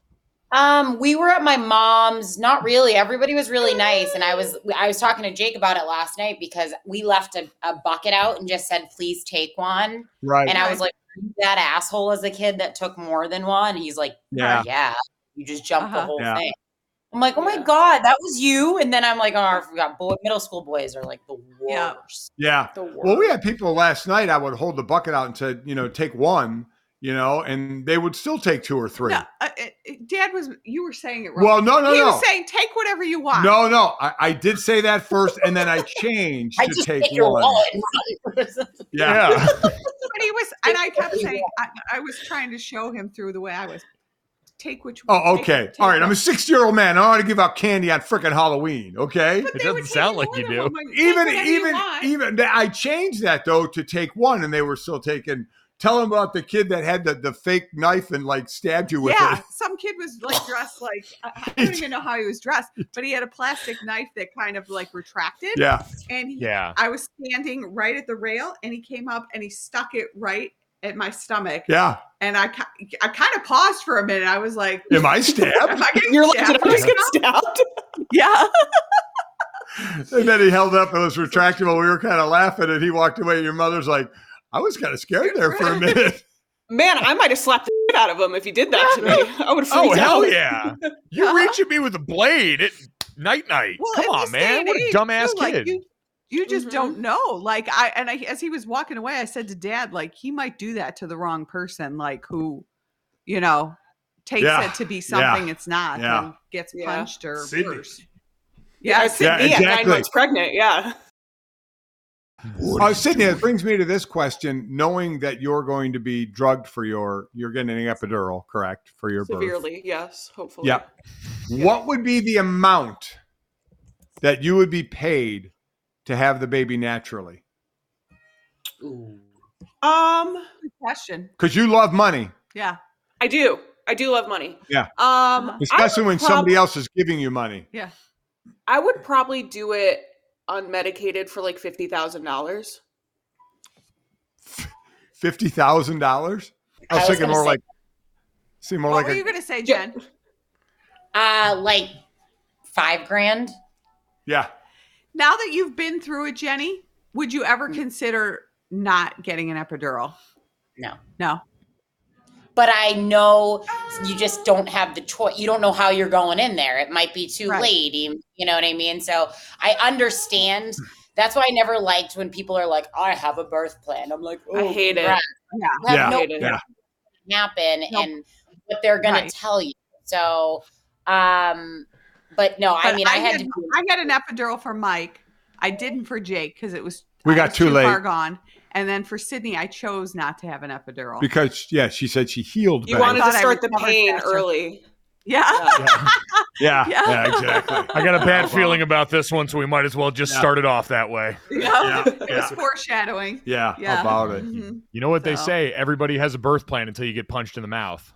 D: Um, we were at my mom's. Not really. Everybody was really nice, and I was I was talking to Jake about it last night because we left a, a bucket out and just said, "Please take one."
A: Right.
D: And I was like, "That asshole as a kid that took more than one." He's like, "Yeah, yeah, you just jumped the
B: Uh-huh.
D: whole
A: Yeah.
D: thing." I'm like, "Oh my
B: Yeah.
D: god, that was you!" And then I'm like, "Oh, I forgot." Boy, middle school boys are like the
B: Yeah.
D: worst.
A: yeah.
F: The world.
A: Well, we had people last night. I would hold the bucket out and said, you know, take one, you know, and they would still take two or three.
B: No, uh, it- it- Dad was. You were saying it wrong.
A: Well, no, no,
B: he
A: no.
B: was saying take whatever you want.
A: No, no, I, I did say that first, and then I changed
D: I
A: to
D: just
A: take
D: hit your
A: one.
D: wallet.
A: Yeah.
B: but he was, and I kept saying I, I was trying to show him through the way I was. Take which.
A: Oh,
B: take-
A: okay.
B: take
A: All right. I'm a
B: one."
A: 60 year old man. I don't want to give out candy on frickin' Halloween. Okay.
B: But they
C: It doesn't
B: would take
C: sound like
B: more
C: you
B: than
C: do.
B: one. Like, take
A: Even,
B: whatever you
A: even,
B: want.
A: even. I changed that though to take one, and they were still taking. Tell them about the kid that had the, the fake knife and like stabbed you with
B: yeah,
A: it.
B: some kid was like dressed like I I don't even know how he was dressed, but he had a plastic knife that kind of like retracted.
A: Yeah.
B: and he,
C: Yeah.
B: I was standing right at the rail, and he came up and he stuck it right at my stomach,
A: Yeah.
B: and I ki- I kind of paused for a minute. I was like,
A: Am I stabbed?
B: "Am I getting
F: You're like,
B: stabbed
F: did I
B: right
F: just get stabbed?
B: now?" yeah,
A: and then he held up and was retractable. We were kind of laughing, and he walked away. Your mother's like, I was kind of scared there for a minute.
F: Man, I might have slapped the shit out of him if he did that to me. I would freak
C: Oh,
F: out.
C: hell yeah. You
B: Uh-huh.
C: reach at me with a blade at night night.
B: Well,
C: Come
B: in
C: on,
B: this day
C: man.
B: and
C: What a
B: age,
C: dumbass
B: too, like,
C: kid.
B: you, you just
F: Mhm.
B: don't know. Like I and I, as he was walking away, I said to Dad, like he might do that to the wrong person, like who, you know, takes
A: Yeah.
B: it to be
A: Yeah.
B: something it's not
A: Yeah.
B: and gets
F: Yeah.
B: punched or
G: Sydney.
B: worse.
F: I
B: Yeah,
F: see me at nine
A: exactly.
F: months pregnant. Yeah.
A: Oh, Sydney, it brings me to this question: knowing that you're going to be drugged for your, you're getting an epidural, correct, for your birth.
F: Severely. Yes. Hopefully.
A: Yep. What would be the amount that you would be paid to have the baby naturally?
F: Um,
B: good question.
A: Because you love money,
B: Yeah,
F: I do. I do love money.
A: Yeah.
F: Um,
A: especially
F: I would
A: when
F: prob-
A: somebody else is giving you money.
F: I would probably do it unmedicated for like fifty thousand dollars.
A: Fifty thousand dollars. I
D: I
A: was
D: was
A: thinking
D: gonna
A: more
D: say-
A: like, see more
B: what
A: like
B: were
A: a,
B: you gonna say,
F: Yeah.
B: Jen?
D: Uh, like five grand.
A: yeah.
B: Now that you've been through it, Jenny, would you ever
A: Mm.
B: consider not getting an epidural?
D: No.
B: No.
D: but I know you just don't have the choice. You don't know how you're going in there. It might be too
B: Right.
D: late. You you know what I mean? So I understand. That's why I never liked when people are like, I have a birth plan. I'm like, oh,
F: I hate it.
D: congrats.
B: Yeah.
D: You have
A: Yeah.
D: no
F: Hate it.
A: Yeah.
D: happen
B: Nope.
D: and what they're going
B: Right.
D: to tell you. So, um, but no, I
B: But
D: mean, I, had, to. do-
B: I had an epidural for Mike. I didn't for Jake because it was
A: We
B: I
A: got
B: was
A: too late.
B: far gone. And then for Sydney, I chose not to have an epidural.
A: Because yeah, she said she healed.
F: You
A: better.
F: wanted to
B: Thought I
F: start the
B: recovered
F: pain
B: faster.
F: early.
B: yeah.
A: Yeah. yeah,
B: Yeah.
A: yeah, exactly.
C: I got a bad
A: Wow.
C: feeling about this one, so we might as well just
A: Yeah.
C: start it off that way.
B: Yeah.
A: Yeah,
B: It
A: yeah,
B: was foreshadowing.
A: yeah,
B: Yeah.
A: about it.
F: Mm-hmm.
B: Mhm.
C: You know what they
B: So-
C: say? Everybody has a birth plan until you get punched in the mouth.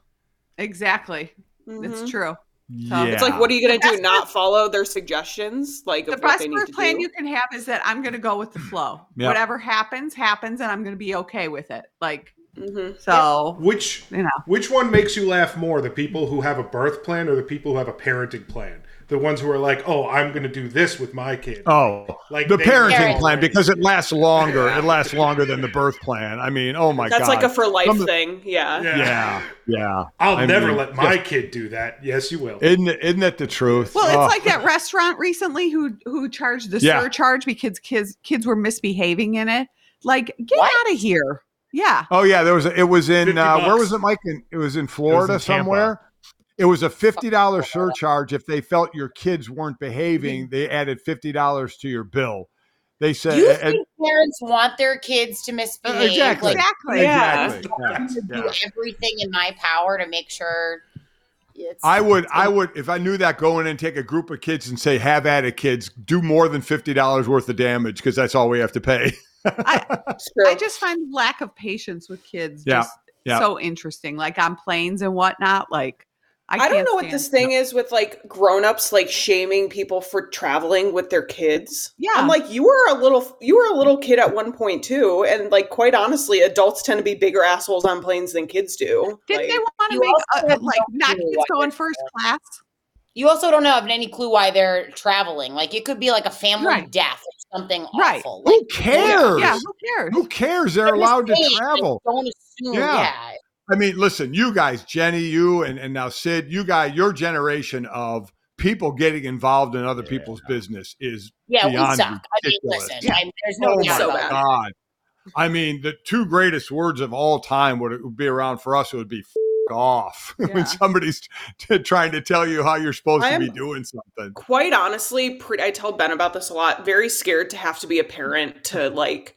B: Exactly.
A: Mm-hmm.
F: Mhm.
B: It's true.
A: Yeah.
F: It's like, what are you going
B: The
F: to do?
B: best
F: Not follow their suggestions? Like,
B: The
F: of what
B: best
F: they need
B: birth
F: to
B: plan
F: do?
B: you can have is that I'm going to go with the flow.
A: Yeah.
B: Whatever happens, happens, and I'm going to be okay with it. Like,
F: Mhm.
B: so,
G: Which
B: you know.
G: which one makes you laugh more? The people who have a birth plan or the people who have a parenting plan? The ones who are like, "Oh, I'm going to do this with my kid."
A: Oh,
G: Like
A: the
G: they-
A: parenting
D: Parent.
A: plan because it lasts longer. It lasts longer than the birth plan. I mean, oh my god,
F: That's like a for life
A: Some of-
F: thing. Yeah.
G: Yeah.
A: yeah, yeah.
G: I'll
A: I
G: never
A: mean,
G: let my kid do that. Yes, you will.
A: Isn't it- isn't that the truth?
B: Well,
A: Oh,
B: it's like that restaurant recently who who charged the
A: Yeah.
B: surcharge because kids kids were misbehaving in it. Like, get
D: What?
B: out of here. Yeah.
A: oh yeah, there was a, it was in
G: 50
A: uh, where
G: bucks.
A: was it, Mike? In, it was in Florida
C: Tampa.
A: somewhere. It was a fifty dollar surcharge if they felt your kids weren't behaving. They added fifty dollars to your bill. They said
D: you
A: and- Uh,
D: think parents want their kids to misbehave?
A: exactly,
D: Like,
B: Exactly.
F: Yeah.
A: exactly. yeah,
D: I'm gonna
A: yeah.
D: do everything in my power to make sure it's.
A: I would, I would, if I knew that, go in and take a group of kids and say, "Have at it, kids! Do more than fifty dollars worth of damage because that's all we have to pay."
F: It's true.
B: I just find lack of patience with kids
A: Yeah,
B: just
A: yeah.
B: so interesting. Like on planes and whatnot. Like I,
F: I, don't
B: can't
F: know what
B: stand-
F: this thing is with like grown-ups like shaming people for traveling with their kids.
B: Yeah.
F: I'm like you were a little you were a little kid at one point too and like quite honestly adults tend to be bigger assholes on planes than kids do.
B: Didn't
F: Like,
B: they want to
D: You
B: make
D: also
B: uh,
D: have
B: like
D: no
B: not
D: clue
B: kids
D: what
B: going
D: they're
B: first class?
D: You also don't have any clue why they're traveling. Like it could be like a family
B: Right.
D: death or something
B: Right.
D: awful. Like,
A: Who cares?
B: Yeah, who cares?
A: Who cares? They're
D: I'm just
A: allowed to
D: saying, like,
A: travel.
D: Don't assume.
A: Yeah.
D: Yeah.
A: I mean, listen, you guys, Jenny, you and, and now Sid, you guys, your generation of people getting involved in other people's business is
D: Yeah, we
A: Beyond
D: suck. I mean,
A: ridiculous.
D: listen,
A: Yeah.
D: I mean, there's no
A: oh
D: doubt
A: my
F: so
D: about
F: bad.
D: it.
A: god. I mean, the two greatest words of all time would, would be around for us. It would be "F- off
B: Yeah.
A: when somebody's t- trying to tell you how you're supposed
F: I
A: to be
F: am-
A: doing something.
F: quite honestly pre- I tell Ben about this a lot, very scared to have to be a parent to like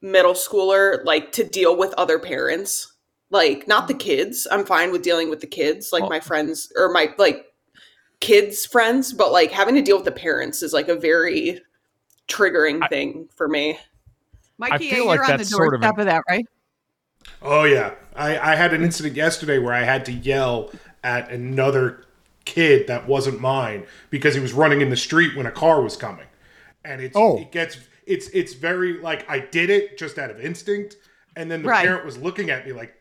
F: middle schooler like to deal with other parents. Like not the kids. I'm fine with dealing with the kids, like my friends or my like kids friends, but like having to deal with the parents is like a very triggering
C: I-
F: thing for me.
B: Mikey,
C: feel
B: you're
C: like
B: on the
C: that's sort
B: doorstep
C: of
B: of, that, right?
G: Oh yeah, I, I had an incident yesterday where I had to yell at another kid that wasn't mine because he was running in the street when a car was coming, and it's
A: Oh.
G: it gets it's it's very like I did it just out of instinct, and then the
B: Right.
G: parent was looking at me like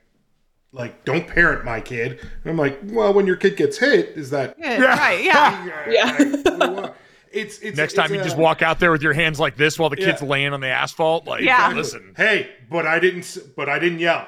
G: like don't parent my kid, and I'm like, well, when your kid gets hit, is that
B: Yeah,
A: Yeah.
B: Right. Yeah.
F: Yeah.
G: it's it's
C: Next
G: it's
C: time you
G: a-
C: just walk out there with your hands like this while the
G: Yeah.
C: kid's laying on the asphalt. Like,
B: Yeah.
C: listen,
G: Hey, but I didn't s- but I didn't yell,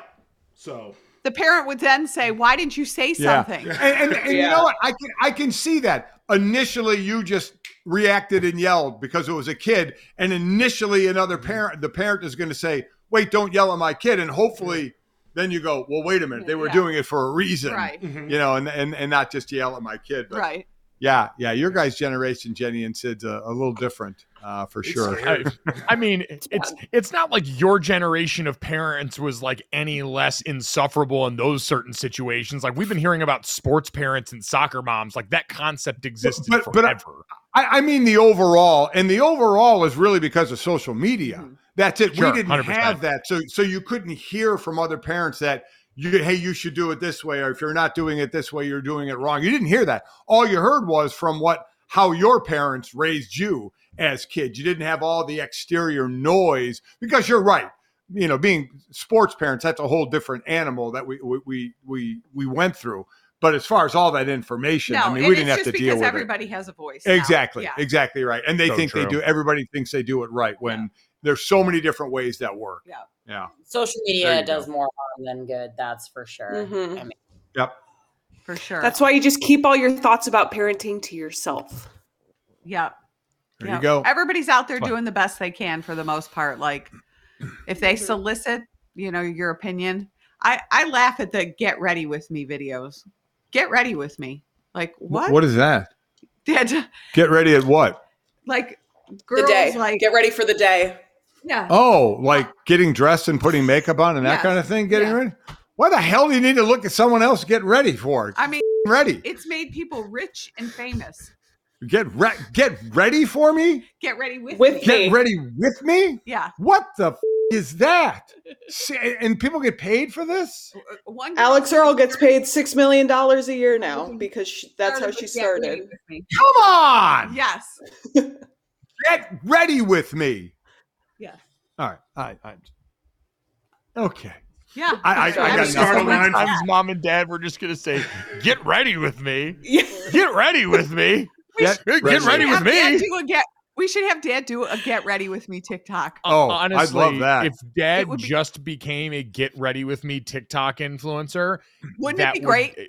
G: so.
B: the parent would then say, "Why didn't you say
A: Yeah.
B: something?"
A: And, and, and you know
F: Yeah.
A: what? I can I can see that. Initially, you just reacted and yelled because it was a kid, and initially, another
B: Mm-hmm.
A: parent, the parent is going to say, "Wait, don't yell at my kid," and hopefully, then you go, "Well, wait a minute, they were
B: Mm-hmm. Yeah.
A: doing it for a reason."
B: Right.
G: Mhm.
A: You know, and, and and not just yell at my kid, but
B: Right.
A: yeah, yeah, your guys' generation, Jenny and Sid's a, a little different uh, for
G: It's
A: sure.
G: scary. Oh,
C: I mean, it's it's not like your generation of parents was like any less insufferable in those certain situations. Like we've been hearing about sports parents and soccer moms, like that concept existed
A: but- but I-
C: forever.
A: I, I mean the overall, and the overall is really because of social media.
B: Mm-hmm.
A: That's it.
C: Sure,
A: we didn't
C: 100%.
A: have that, so so you couldn't hear from other parents that you hey you should do it this way, or if you're not doing it this way, you're doing it wrong. You didn't hear that. All you heard was from what how your parents raised you as kids. You didn't have all the exterior noise because you're right. You know, being sports parents, that's a whole different animal that we we we we, we went through. But as far as all that information,
B: No,
A: I mean,
B: and
A: we didn't
B: it's
A: have to
B: just
A: deal
B: because
A: with it.
B: everybody has a voice. now.
A: Exactly.
B: Yeah.
A: Exactly right. And they
C: So
A: think they
C: true.
A: do. Everybody thinks they do it right when
B: Yeah.
A: there's so many different ways that work.
B: Yeah.
A: Yeah.
D: Social
A: There
D: media
A: you go.
D: does more harm than good. That's for sure.
F: Mhm.
D: I mean,
B: For sure.
F: That's why you just keep all your thoughts about parenting to yourself.
B: Yeah.
A: There
B: Yeah.
A: you go.
B: Everybody's out there
C: Fun.
B: doing the best they can for the most part. Like if
F: Mm-hmm.
B: they solicit, you know, your opinion. I I laugh at the get ready with me videos. Get ready with me. Like what?
A: What is that?
B: did
A: Get ready at what?
B: like girls
F: the day.
B: like
F: Get ready for the day.
B: yeah.
A: Oh, like getting dressed and putting makeup on and that
B: Yes.
A: kind of thing. Getting
B: Yeah.
A: ready. Why the hell do you need to look at someone else get ready for?
B: I mean,
A: Get ready.
B: it's made people rich and famous.
A: Get re- get ready for me.
B: Get ready with,
F: With
B: me.
F: me.
A: Get ready with me.
B: Yeah.
A: What the f- is that? See, And people get paid for this?
B: Uh, One girl
F: Alex Earl gets
B: started-
F: paid six million dollars a year now because she, that's how
B: started
F: she
B: with Get Ready
F: started.
B: With Me.
A: Come on.
B: Yes.
A: Get ready with me.
B: Yeah.
A: All right. All right. All right. Okay.
B: Yeah.
A: I, I, I
F: Sorry, I'm
A: got
F: just
A: nothing.
F: startled.
A: I'm- I'm-
C: Sometimes mom and dad were just gonna say, "Get ready with me.
F: Yeah.
C: Get ready with me.
A: Get
C: Get
A: ready.
C: ready
B: Have
C: with
B: Dad
C: me."
B: do a get- we should have Dad do a get ready with me TikTok.
A: Oh, I'd love
C: honestly,
A: that.
C: if dad
B: It would be-
C: just became a get ready with me TikTok influencer,
B: Wouldn't
C: that
B: it be great?
C: Would,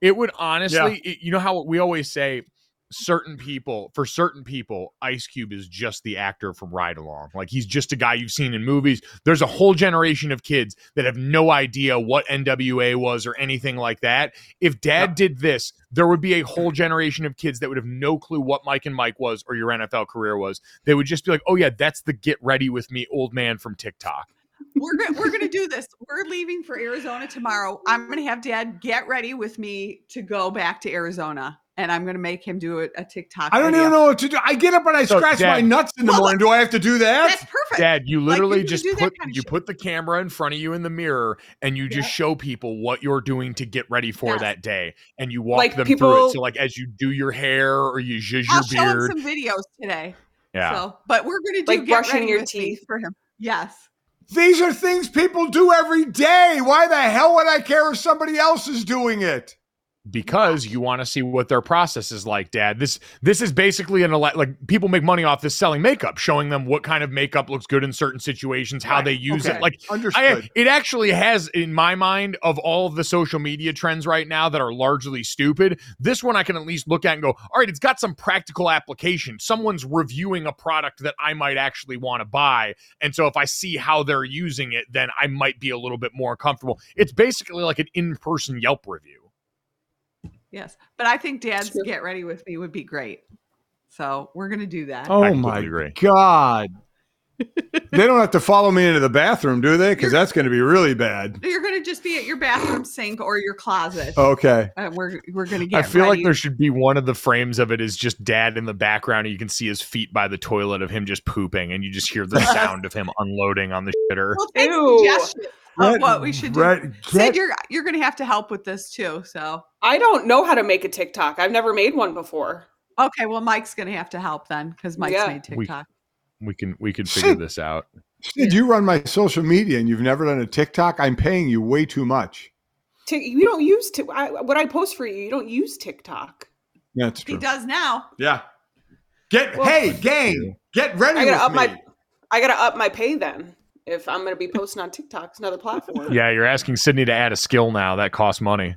C: it would honestly, it- you know how we always say certain people, for certain people, Ice Cube is just the actor from Ride Along. Like he's just a guy you've seen in movies. There's a whole generation of kids that have no idea what NWA was or anything like that. If dad did this, there would be a whole generation of kids that would have no clue what Mike and Mike was or your NFL career was. They would just be like, oh, yeah, that's the get ready with me old man from TikTok.
B: we're gonna, we're gonna do this. We're leaving for Arizona tomorrow. I'm gonna have Dad get ready with me to go back to Arizona, and I'm gonna make him do a, a TikTok.
A: I don't
B: video.
A: even know what to do. I get up and I
C: So,
A: scratch
C: Dad-
A: my nuts in the
B: Well,
A: morning. Do I have to do
B: That's
A: that?
B: perfect.
C: Dad, you literally
B: can
C: just
B: do that
C: put
B: kind of
C: you
B: shit.
C: put the camera in front of you in the mirror and you just show people what you're doing to get ready for
B: Yes.
C: that day and you walk
F: Like
C: them through
F: people-
C: it. So like as you do your hair or you zhuzh
B: I'll
C: your
B: show
C: beard.
B: him some videos today.
C: yeah.
B: So, but we're gonna do
F: Like
B: get
F: brushing
B: ready
F: your
B: with me
F: teeth.
B: for him. Yes.
A: These are things people do every day. Why the hell would I care if somebody else is doing it?
C: because you want to see what their process is like dad this this is basically an ele- like people make money off this selling makeup showing them what kind of makeup looks good in certain situations how they use
A: Okay.
C: it like
A: Understood.
C: I, it actually has in my mind of all of the social media trends right now that are largely stupid this one i can at least look at and go all right it's got some practical application someone's reviewing a product that i might actually want to buy and so if i see how they're using it then i might be a little bit more comfortable it's basically like an in-person yelp review
B: Yes. But I think Dad's
F: Sure.
B: get ready with me would be great. So we're gonna do that.
A: Oh
C: I
A: my
C: completely agree.
A: god! they don't have to follow me into the bathroom, do they? Because that's going to be really bad.
B: You're gonna just be at your bathroom sink or your closet.
A: Okay.
B: Uh, we're we're gonna
C: Oh. I
B: get.
C: feel
B: ready.
C: like there should be one of the frames of it is just dad in the background and you can see his feet by the toilet of him just pooping and you just hear the sound of him unloading on the shitter.
B: We'll take
F: Ew.
B: suggestions of what we should do.
A: Brett,
B: Sid,
A: get-
B: you're you're gonna have to help with this too. So
F: I don't know how to make a TikTok. I've never made one before.
B: okay, well Mike's gonna have to help then because Mike's
F: Yeah.
B: made
C: We-
B: TikTok.
C: We can we can figure
A: Shit.
C: this out.
A: Sid, you run my social media and you've never done a TikTok. I'm paying you way too much.
F: Tik you don't use Tik I, what I post for you. You don't use TikTok.
A: That's true.
B: he does now.
A: Yeah. Get
F: Well-
A: hey gang, get ready
F: I gotta up
A: with me.
F: my I gotta up my pay then if I'm gonna be posting on TikTok. It's another platform.
C: Yeah, you're asking Sydney to add a skill now. That costs money.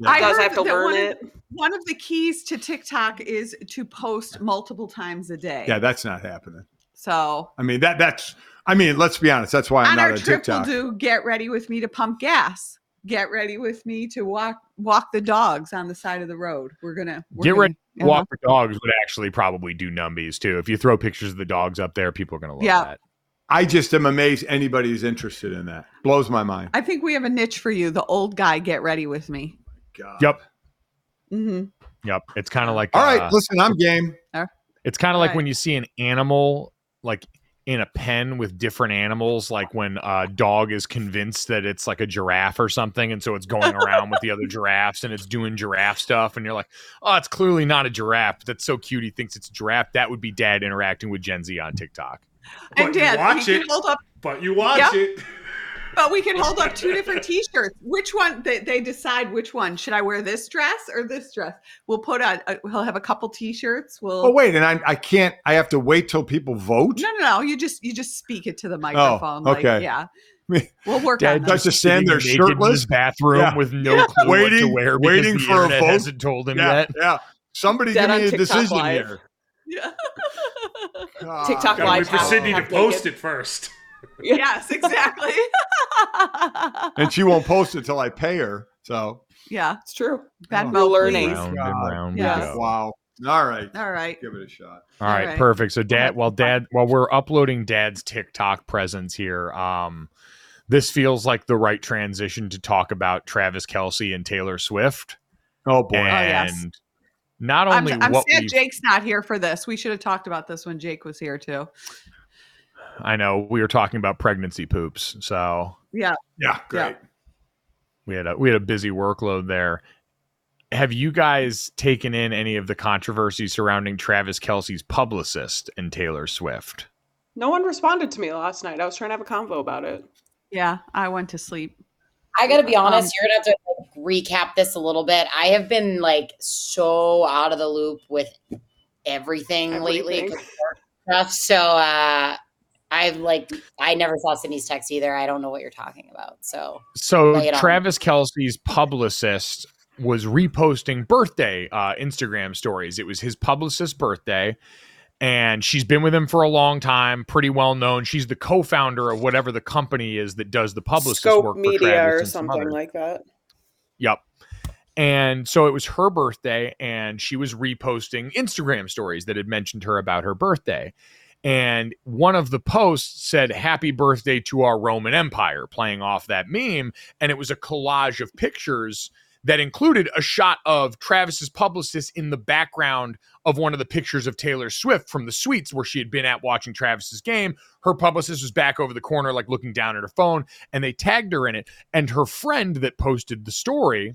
A: Yeah.
B: I
F: Does
B: heard
F: I have to
B: that
F: learn
B: one of-
F: it?
B: One of the keys to TikTok is to post multiple times a day.
A: yeah, that's not happening.
B: So
A: I mean that that's. I mean, let's be honest. That's why I'm
B: on
A: not
B: our
A: on
B: trip, we'll
A: TikTok.
B: do get ready with me to pump gas. Get ready with me to walk walk the dogs on the side of the road. We're gonna we're
C: Get
B: gonna,
C: ready
B: yeah.
C: Walk the dogs would actually probably do numbies too. If you throw pictures of the dogs up there, people are gonna love
B: Yeah.
C: that.
A: I just am amazed anybody's interested in that. Blows my mind.
B: I think we have a niche for you. The old guy, get ready with me.
A: God.
C: Yep.
B: hmm
C: Yep. It's kinda like
A: All
C: uh,
A: right, listen, I'm game.
C: It's kind of like
B: Right.
C: when you see an animal like in a pen with different animals, like when a dog is convinced that it's like a giraffe or something, and so it's going around with the other giraffes and it's doing giraffe stuff, and you're like, oh, it's clearly not a giraffe. but That's so cute. He thinks it's a giraffe. That would be dad interacting with Gen Z on TikTok.
G: But
B: and
G: you
B: Dad,
G: watch
B: we can
G: it.
B: hold up,
G: But you watch
B: Yep.
G: it.
B: but we can hold up two different T-shirts. Which one? They, they decide which one. Should I wear this dress or this dress? We'll put on. Uh, he'll have a couple T-shirts. We'll.
A: Oh wait, and I I can't. I have to wait till people vote.
B: No, no, no. You just you just speak it to the microphone. Like,
A: okay.
B: yeah.
A: Me-
B: We'll work on
C: Dad
A: That's
B: that.
C: just
A: just stand
C: sitting
A: there
C: naked in his
A: shirtless.
C: bathroom
A: Yeah.
C: with no clue what
A: Waiting-
C: to wear because
A: waiting
C: the
A: for a
C: internet
A: vote.
C: hasn't told him
A: Yeah,
C: yet.
A: yeah. Somebody
F: Dead
A: give
F: on
A: me a
F: TikTok
A: decision
F: Live.
A: here.
B: Yeah.
A: God.
F: TikTok
G: Gotta
F: Live
G: wait for
F: half-
G: Sydney to
F: half
G: post
F: naked.
G: it first.
B: yes, exactly.
A: And she won't post it till I pay her. So
B: yeah.
F: It's true.
B: Bad
F: Oh. We're
B: mouth,
F: learning.
B: please.
C: Round and
A: God.
C: round we
B: Yeah.
C: go.
A: wow. All right.
B: All right.
A: Give it a shot.
C: All
B: All
C: right,
B: right.
C: perfect. So dad,
B: that's
C: while
B: the plan.
C: dad, while we're uploading dad's TikTok presence here, um, this feels like the right transition to talk about Travis Kelsey and Taylor Swift,
A: Oh boy.
C: and
B: yes.
C: not
B: I'm,
C: only
B: I'm
C: what
B: sad
C: we,
B: Jake's not here for this. We should have talked about this when Jake was here too.
C: I know we were talking about pregnancy poops, so
B: Yeah.
A: yeah, great.
C: we had a we had a busy workload there. Have you guys taken in any of the controversy surrounding Travis Kelsey's publicist and Taylor Swift?
F: No one responded to me last night. I was trying to have a convo about it.
B: Yeah. I went to sleep.
D: I gotta be honest,
B: Um,
D: you're gonna have to like, recap this a little bit. I have been like so out of the loop with everything, lately.
F: Everything.
D: 'cause of work stuff. So uh I've like I never saw Sydney's text either. I don't know what you're talking about. So
C: So
D: Lay it on.
C: Travis Kelsey's publicist was reposting birthday uh, Instagram stories. It was his publicist's birthday, and she's been with him for a long time, pretty well known. She's the co-founder of whatever the company is that does the publicist
F: Scope
C: work for
F: Media
C: Travis
F: or
C: and some
F: something
C: others.
F: like that.
C: Yep. And so it was her birthday, and she was reposting Instagram stories that had mentioned her about her birthday. And one of the posts said, Happy birthday to our Roman Empire, playing off that meme. And it was a collage of pictures that included a shot of Travis's publicist in the background of one of the pictures of Taylor Swift from the suites where she had been at watching Travis's game. Her publicist was back over the corner, like looking down at her phone, and they tagged her in it. And her friend that posted the story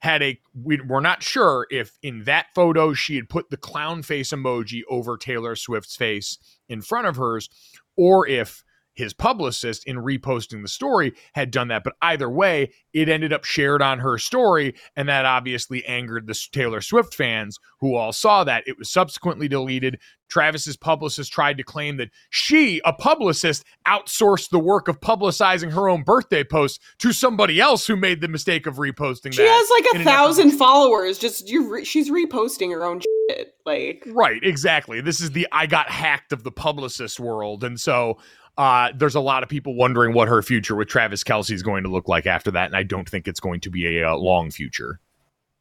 C: had a we, we're not sure if in that photo she had put the clown face emoji over Taylor Swift's face in front of hers or if his publicist in reposting the story had done that but either way it ended up shared on her story and that obviously angered the Taylor Swift fans who all saw that it was subsequently deleted Travis's publicist tried to claim that she, a publicist, outsourced the work of publicizing her own birthday post to somebody else who made the mistake of reposting
F: She
C: that.
F: has
C: in
F: like a
C: an effort-
F: thousand followers. Just you, re- she's reposting her own shit. Like
C: Right, exactly. This is the I got hacked of the publicist world. And so uh, there's a lot of people wondering what her future with Travis Kelsey is going to look like after that. And I don't think it's going to be a, uh long future.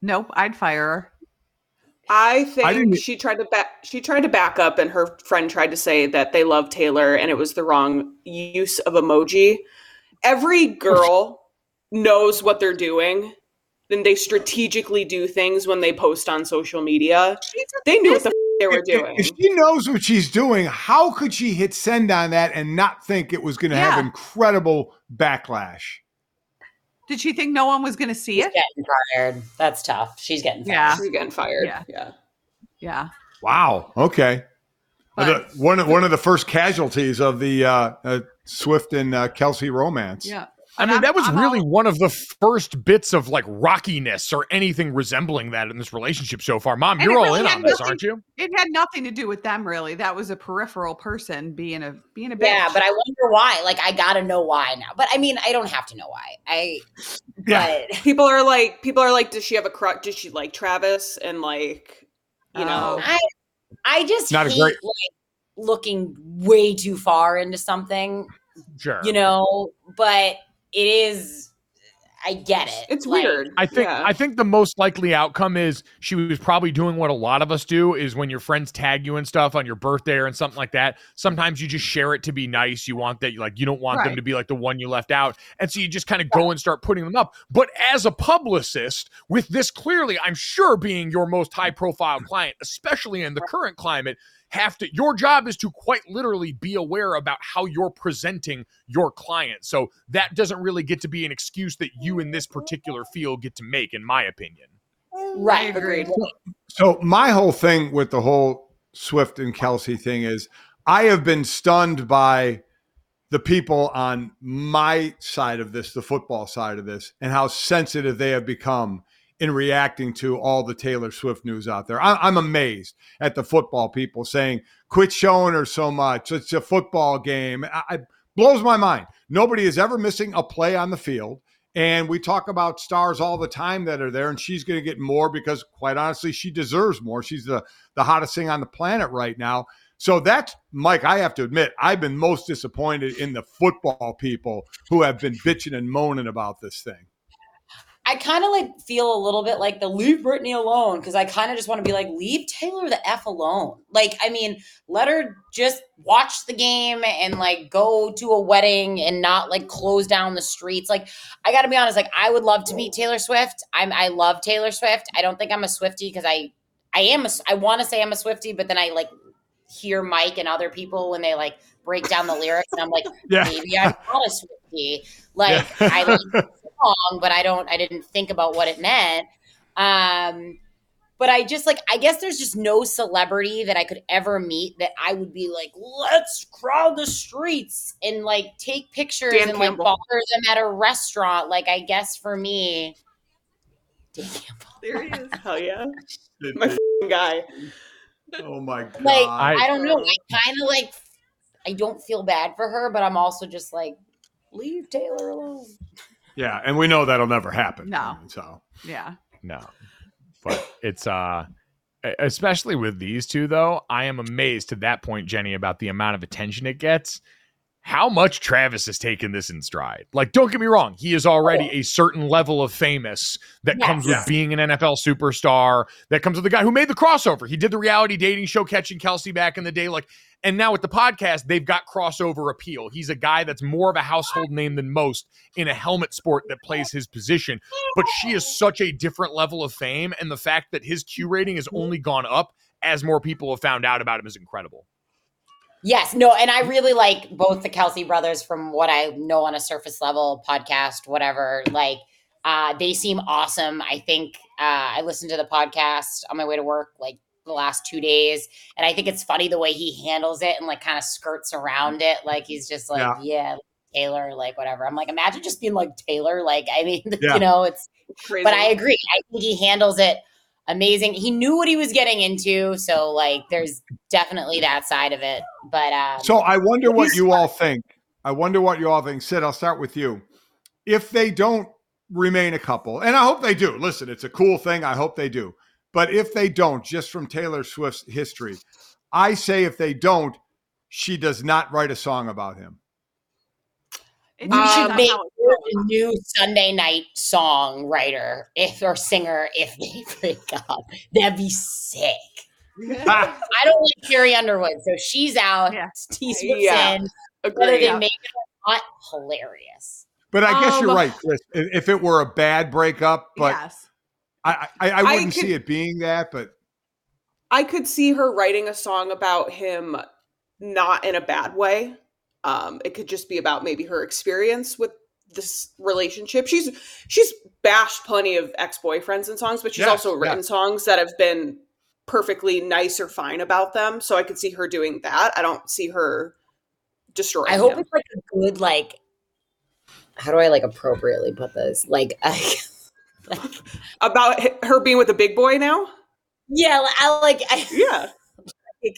B: Nope, I'd fire her.
F: I think
C: didn't-
F: she tried to back. She tried to back up, and her friend tried to say that they love Taylor, and it was the wrong use of emoji. Every girl knows what they're doing, and they strategically do things when they post on social media. They knew what the f- they were
A: If-
F: doing.
A: If she knows what she's doing, how could she hit send on that and not think it was going to have
B: Yeah.
A: incredible backlash?
B: Did she think no one was going to see
D: She's
B: it?
D: getting fired. That's tough. She's getting fired.
B: Yeah,
F: She's getting fired.
B: Yeah.
F: yeah.
B: yeah.
A: Wow. Okay.
B: But-
A: The- one of- one of the first casualties of the uh, uh, Swift and uh, Kelsey romance.
B: Yeah.
C: I
B: But
C: mean,
B: I'm-
C: that was
B: I'm
C: really
B: all-
C: one of the first bits of like rockiness or anything resembling that in this relationship so far. Mom,
B: And
C: you're
B: it
C: all
B: really
C: in
B: had
C: on this,
B: nothing-
C: aren't you?
B: It had nothing to do with them really. That was a peripheral person being a being a bitch.
D: Yeah, but I wonder why. Like, I gotta know why now. But I mean, I don't have to know why. I,
A: Yeah.
D: but
F: People are like, people are like, does she have a crutch? Does she like Travis? And like, you know,
B: Oh.
D: I, I just
A: Not a
D: hate
A: great-
D: like, looking way too far into something,
C: Sure.
D: you know. But it is, I get it.
F: it's
D: Like,
F: weird.
C: I think
F: Yeah.
C: I think the most likely outcome is she was probably doing what a lot of us do is when your friends tag you and stuff on your birthday or and something like that. Sometimes you just share it to be nice. You want that like you don't want them
B: Right.
C: to be like the one you left out. And so you just kind of go and start putting them up. But as a publicist with this clearly I'm sure being your most high profile client, especially in the current climate, have to your job is to quite literally be aware about how you're presenting your client so that doesn't really get to be an excuse that you in this particular field get to make in my opinion
D: right?
B: Agreed.
A: So my whole thing with the whole Swift and Kelsey thing is I have been stunned by the people on my side of this, the football side of this, and how sensitive they have become in reacting to all the Taylor Swift news out there. I, I'm amazed at the football people saying, quit showing her so much. It's a football game. I, I blows my mind. Nobody is ever missing a play on the field. And we talk about stars all the time that are there, and she's going to get more because, quite honestly, she deserves more. She's the, the hottest thing on the planet right now. So that's, Mike, I have to admit, I've been most disappointed in the football people who have been bitching and moaning about this thing.
D: I kind of like feel a little bit like the leave Britney alone because I kind of just want to be like leave Taylor the f alone. Like I mean, let her just watch the game and like go to a wedding and not like close down the streets. Like I got to be honest, like I would love to meet Taylor Swift. I'm I love Taylor Swift. I don't think I'm a Swifty because I I am a, I want to say I'm a Swifty, but then I like hear Mike and other people when they like break down the lyrics and I'm like
A: Yeah.
D: maybe I'm not a Swifty. Like
A: Yeah.
D: I like the song, but I don't I didn't think about what it meant. Um but I just like I guess there's just no celebrity that I could ever meet that I would be like, let's crowd the streets and like take pictures
F: Dan
D: and
F: Campbell.
D: like bother them at a restaurant. Like I guess for me, Dan Campbell.
B: there he is.
F: Hell yeah, my f***ing guy.
A: Oh my God.
D: Like
C: I-
D: I don't know. I kind of like I don't feel bad for her, but I'm also just like, leave Taylor alone.
A: yeah. And we know that'll never happen.
B: No.
A: So,
B: Yeah.
C: no but it's uh e- especially with these two though i am amazed to that point jenny about the amount of attention it gets how much Travis has taken this in stride. Like, don't get me wrong, he is already a certain level of famous that
D: Yes.
C: comes with
G: Yeah.
C: being an NFL superstar, that comes with the guy who made the crossover. He did the reality dating show Catching Kelsey back in the day. Like, and now with the podcast, they've got crossover appeal. He's a guy that's more of a household name than most in a helmet sport that plays his position. But she is such a different level of fame. And the fact that his Q rating has only gone up as more people have found out about him is incredible.
D: Yes, no, and I really like both the Kelsey brothers from what I know on a surface level podcast, whatever. Like, uh, they seem awesome. I think uh, I listened to the podcast on my way to work like the last two days, and I think it's funny the way he handles it and like kind of skirts around it. Like he's just like, yeah, Taylor, like whatever. I'm like, imagine just being like Taylor. Like, I mean,
A: Yeah.
D: you know, it's
F: Crazy.
D: but I agree. I think he handles it amazing. He knew what he was getting into, so like there's definitely that side of it. But um,
A: So I wonder what you all think. I wonder what you all think. Sid, I'll start with you. If they don't remain a couple, and I hope they do. Listen, it's a cool thing. I hope they do. But if they don't, just from Taylor Swift's history, I say if they don't, she does not write a song about him.
B: It
D: we
B: depends on
D: should
F: Um,
B: how
D: make
B: it
D: her a new Sunday night songwriter if or singer if they break up. That'd be sick.
A: Ah,
D: I don't like Carrie Underwood, so she's out.
B: Yeah.
D: T Swift's
F: Yeah,
D: in. Whether
F: Agree.
D: they make it or not, hilarious.
A: but I guess you're
B: Um,
A: right, Chris. If if it were a bad breakup, but
B: yes.
A: I, I, I
F: I
A: wouldn't
F: could-
A: see it being that. But
F: I could see her writing a song about him, not in a bad way. Um, it could just be about maybe her experience with this relationship. She's she's bashed plenty of ex boyfriends and songs, but she's
A: Yes,
F: also written songs that have been perfectly nice or fine about them. So I could see her doing that. I don't see her destroying.
D: I hope
F: him.
D: it's like a good like. How do I like appropriately put this? Like, I,
F: about h- her being with a big boy now.
D: yeah, I like. I,
F: Yeah,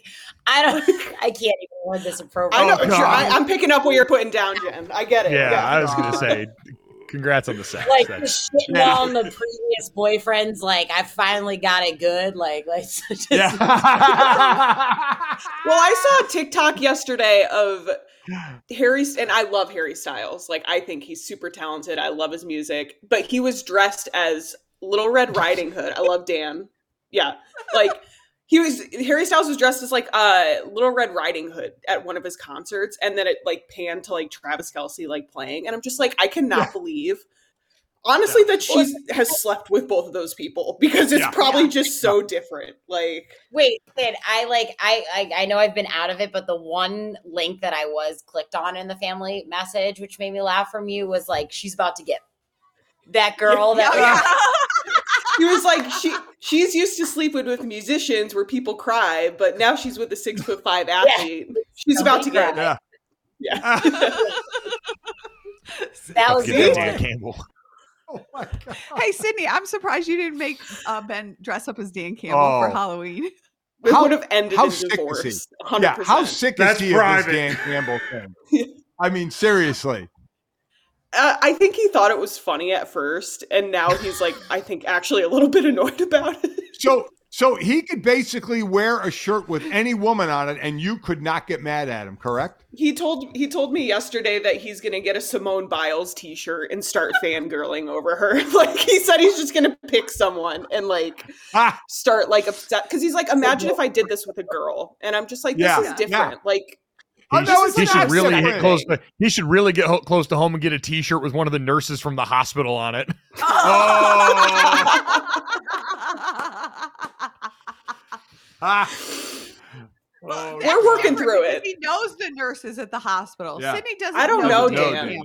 D: I don't. I can't even word this
F: I
D: appropriately.
F: know.
A: Oh,
F: sure, I,
A: God.
F: I'm picking up what you're putting down, Jen. I get it.
C: gonna say, congrats on the sex.
D: like the
C: That's-
D: shitting
A: Yeah.
D: on the previous boyfriends. Like I finally got it good. Like like just,
C: yeah.
F: Well,
A: Um,
F: I saw a TikTok yesterday of Harry, and I love Harry Styles. Like, I think he's super talented. I love his music, but he was dressed as Little Red Riding Hood. I love Dan. Yeah, like he was. Harry Styles was dressed as like uh, Little Red Riding Hood at one of his concerts, and then it like panned to like Travis Kelsey like playing, and I'm just like, I cannot believe. Honestly, that she's has slept with both of those people because it's
A: Yeah.
F: probably just so different. Like,
D: Wait, Sid, I like I, I I know I've been out of it, but the one link that I was clicked on in the family message, which made me laugh from you, was like she's about to get that girl that
F: Yeah, yeah. he was like she she's used to sleeping with musicians where people cry but now she's with a six foot five athlete she's about to get it.
A: yeah.
F: yeah
D: that was
C: Fucking
D: good.
C: Dan Campbell.
A: Oh my God.
B: Hey, Sydney, I'm surprised you didn't make uh, Ben dress up as Dan Campbell
A: Oh.
B: for Halloween.
F: it
A: How-
F: would have ended
A: how
F: in
A: sick is he?
F: divorce 100%
A: Yeah, how sick
G: That's
A: is he of
G: private.
A: this Dan Campbell thing? I mean, seriously.
F: uh, i think he thought it was funny at first and now he's like i think actually a little bit annoyed about it
A: So, so he could basically wear a shirt with any woman on it, and you could not get mad at him, correct?
F: he told he told me yesterday that he's gonna get a simone biles t-shirt and start fangirling over her like he said he's just gonna pick someone and like
A: Ah, Oh,
F: start like upset because he's like, imagine if I did this with a girl, and I'm just like, this
A: Yeah,
F: is
B: yeah.
F: different. Like,
A: Oh,
C: He,
A: no,
C: should-
A: it's
C: he
A: not
C: should really
A: separate.
C: hit close. To, he should really get ho- close to home and get a T-shirt with one of the nurses from the hospital on it.
A: oh, ah. Oh,
F: We're working through it.
B: He knows the nurses at the hospital.
A: Yeah.
B: Sydney doesn't.
F: I don't
A: no,
F: know,
A: no,
F: Dan.
A: dude.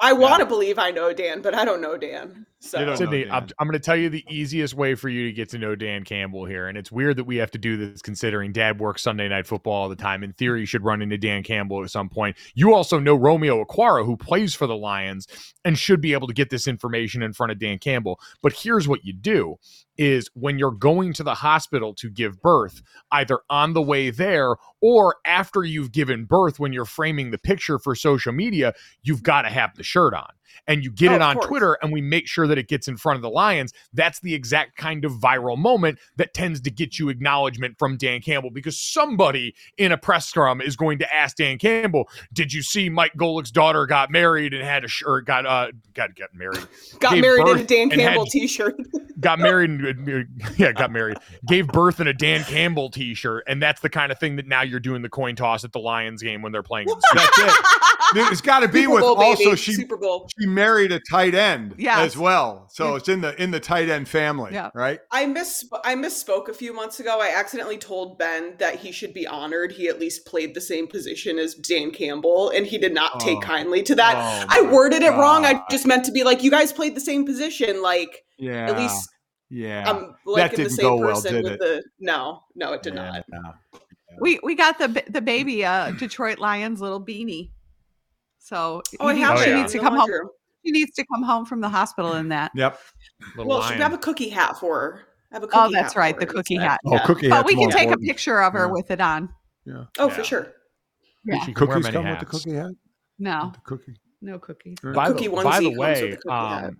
F: I want to believe I know Dan, but I don't know Dan. So
A: You don't know.
C: Sydney,
A: Dan.
C: I'm, I'm going to tell you the easiest way for you to get to know Dan Campbell here, and it's weird that we have to do this considering Dad works Sunday Night Football all the time. In theory, you should run into Dan Campbell at some point. You also know Romeo Aquara, who plays for the Lions, and should be able to get this information in front of Dan Campbell. But here's what you do: is when you're going to the hospital to give birth, either on the way there or after you've given birth, when you're framing the picture for social media, you've got to have the shirt on. and you get
F: Oh,
C: it
F: of
C: on
F: course.
C: Twitter and we make sure that it gets in front of the Lions, that's the exact kind of viral moment that tends to get you acknowledgement from Dan Campbell because somebody in a press scrum is going to ask Dan Campbell, "Did you see Mike Golick's daughter got married and had a sh- or got uh got got married,
F: Got
C: gave
F: married in
C: birth
F: a Dan
C: and had-
F: Campbell T-shirt.
C: got married and yeah, got married, gave birth in a Dan Campbell T-shirt, and that's the kind of thing that now you're doing the coin toss at the Lions game when they're playing." in the Super Bowl.
A: That's it. Dude, it's got to be
F: Super
A: with
F: Bowl,
A: also
F: baby.
A: she
F: Super Bowl.
A: she married a tight end
B: Yes.
A: as well, so it's in the in the tight end family,
B: Yeah.
A: right?
F: I miss I misspoke a few months ago. I accidentally told Ben that he should be honored. He at least played the same position as Dan Campbell, and he did not take
A: Oh.
F: kindly to that.
A: Oh,
F: I
A: my
F: worded it wrong. I
A: God.
F: just meant to be like, you guys played the same position. Like
A: yeah,
F: at least
A: yeah.
F: I'm liking the
A: didn't
F: same
A: go well,
F: person
A: did
F: with
A: it?
F: the no, no, it did not.
A: Yeah.
B: We we got the ba- the
A: Mm.
B: baby uh Detroit Lions little beanie. So
F: Oh, I
B: you-
F: have
C: Oh,
B: she
C: yeah.
F: it
B: needs to
F: in the
B: come home.
F: laundry room.
B: She needs to come home from the hospital in that.
A: Yep.
C: Little
F: Well, should
C: lion.
F: have a cookie hat for her. I have a cookie
B: Oh, that's
F: hat
B: right,
F: for
B: the
F: her
B: cookie
F: instead.
B: hat.
A: Oh,
F: Yeah.
A: cookie.
B: but
A: hat's
B: we can
A: more
B: take a
A: important.
B: picture of her
A: Yeah.
B: with it on.
F: Oh,
C: Yeah.
F: for sure.
B: Yeah.
C: She can wear
A: Cookies
C: many
A: come with
C: hats.
A: the cookie hat.
B: No,
A: The cookie.
B: no cookies.
C: by
F: cookie
C: the,
F: onesie
C: by the
F: comes with
C: way,
F: a cookie hat.
C: um,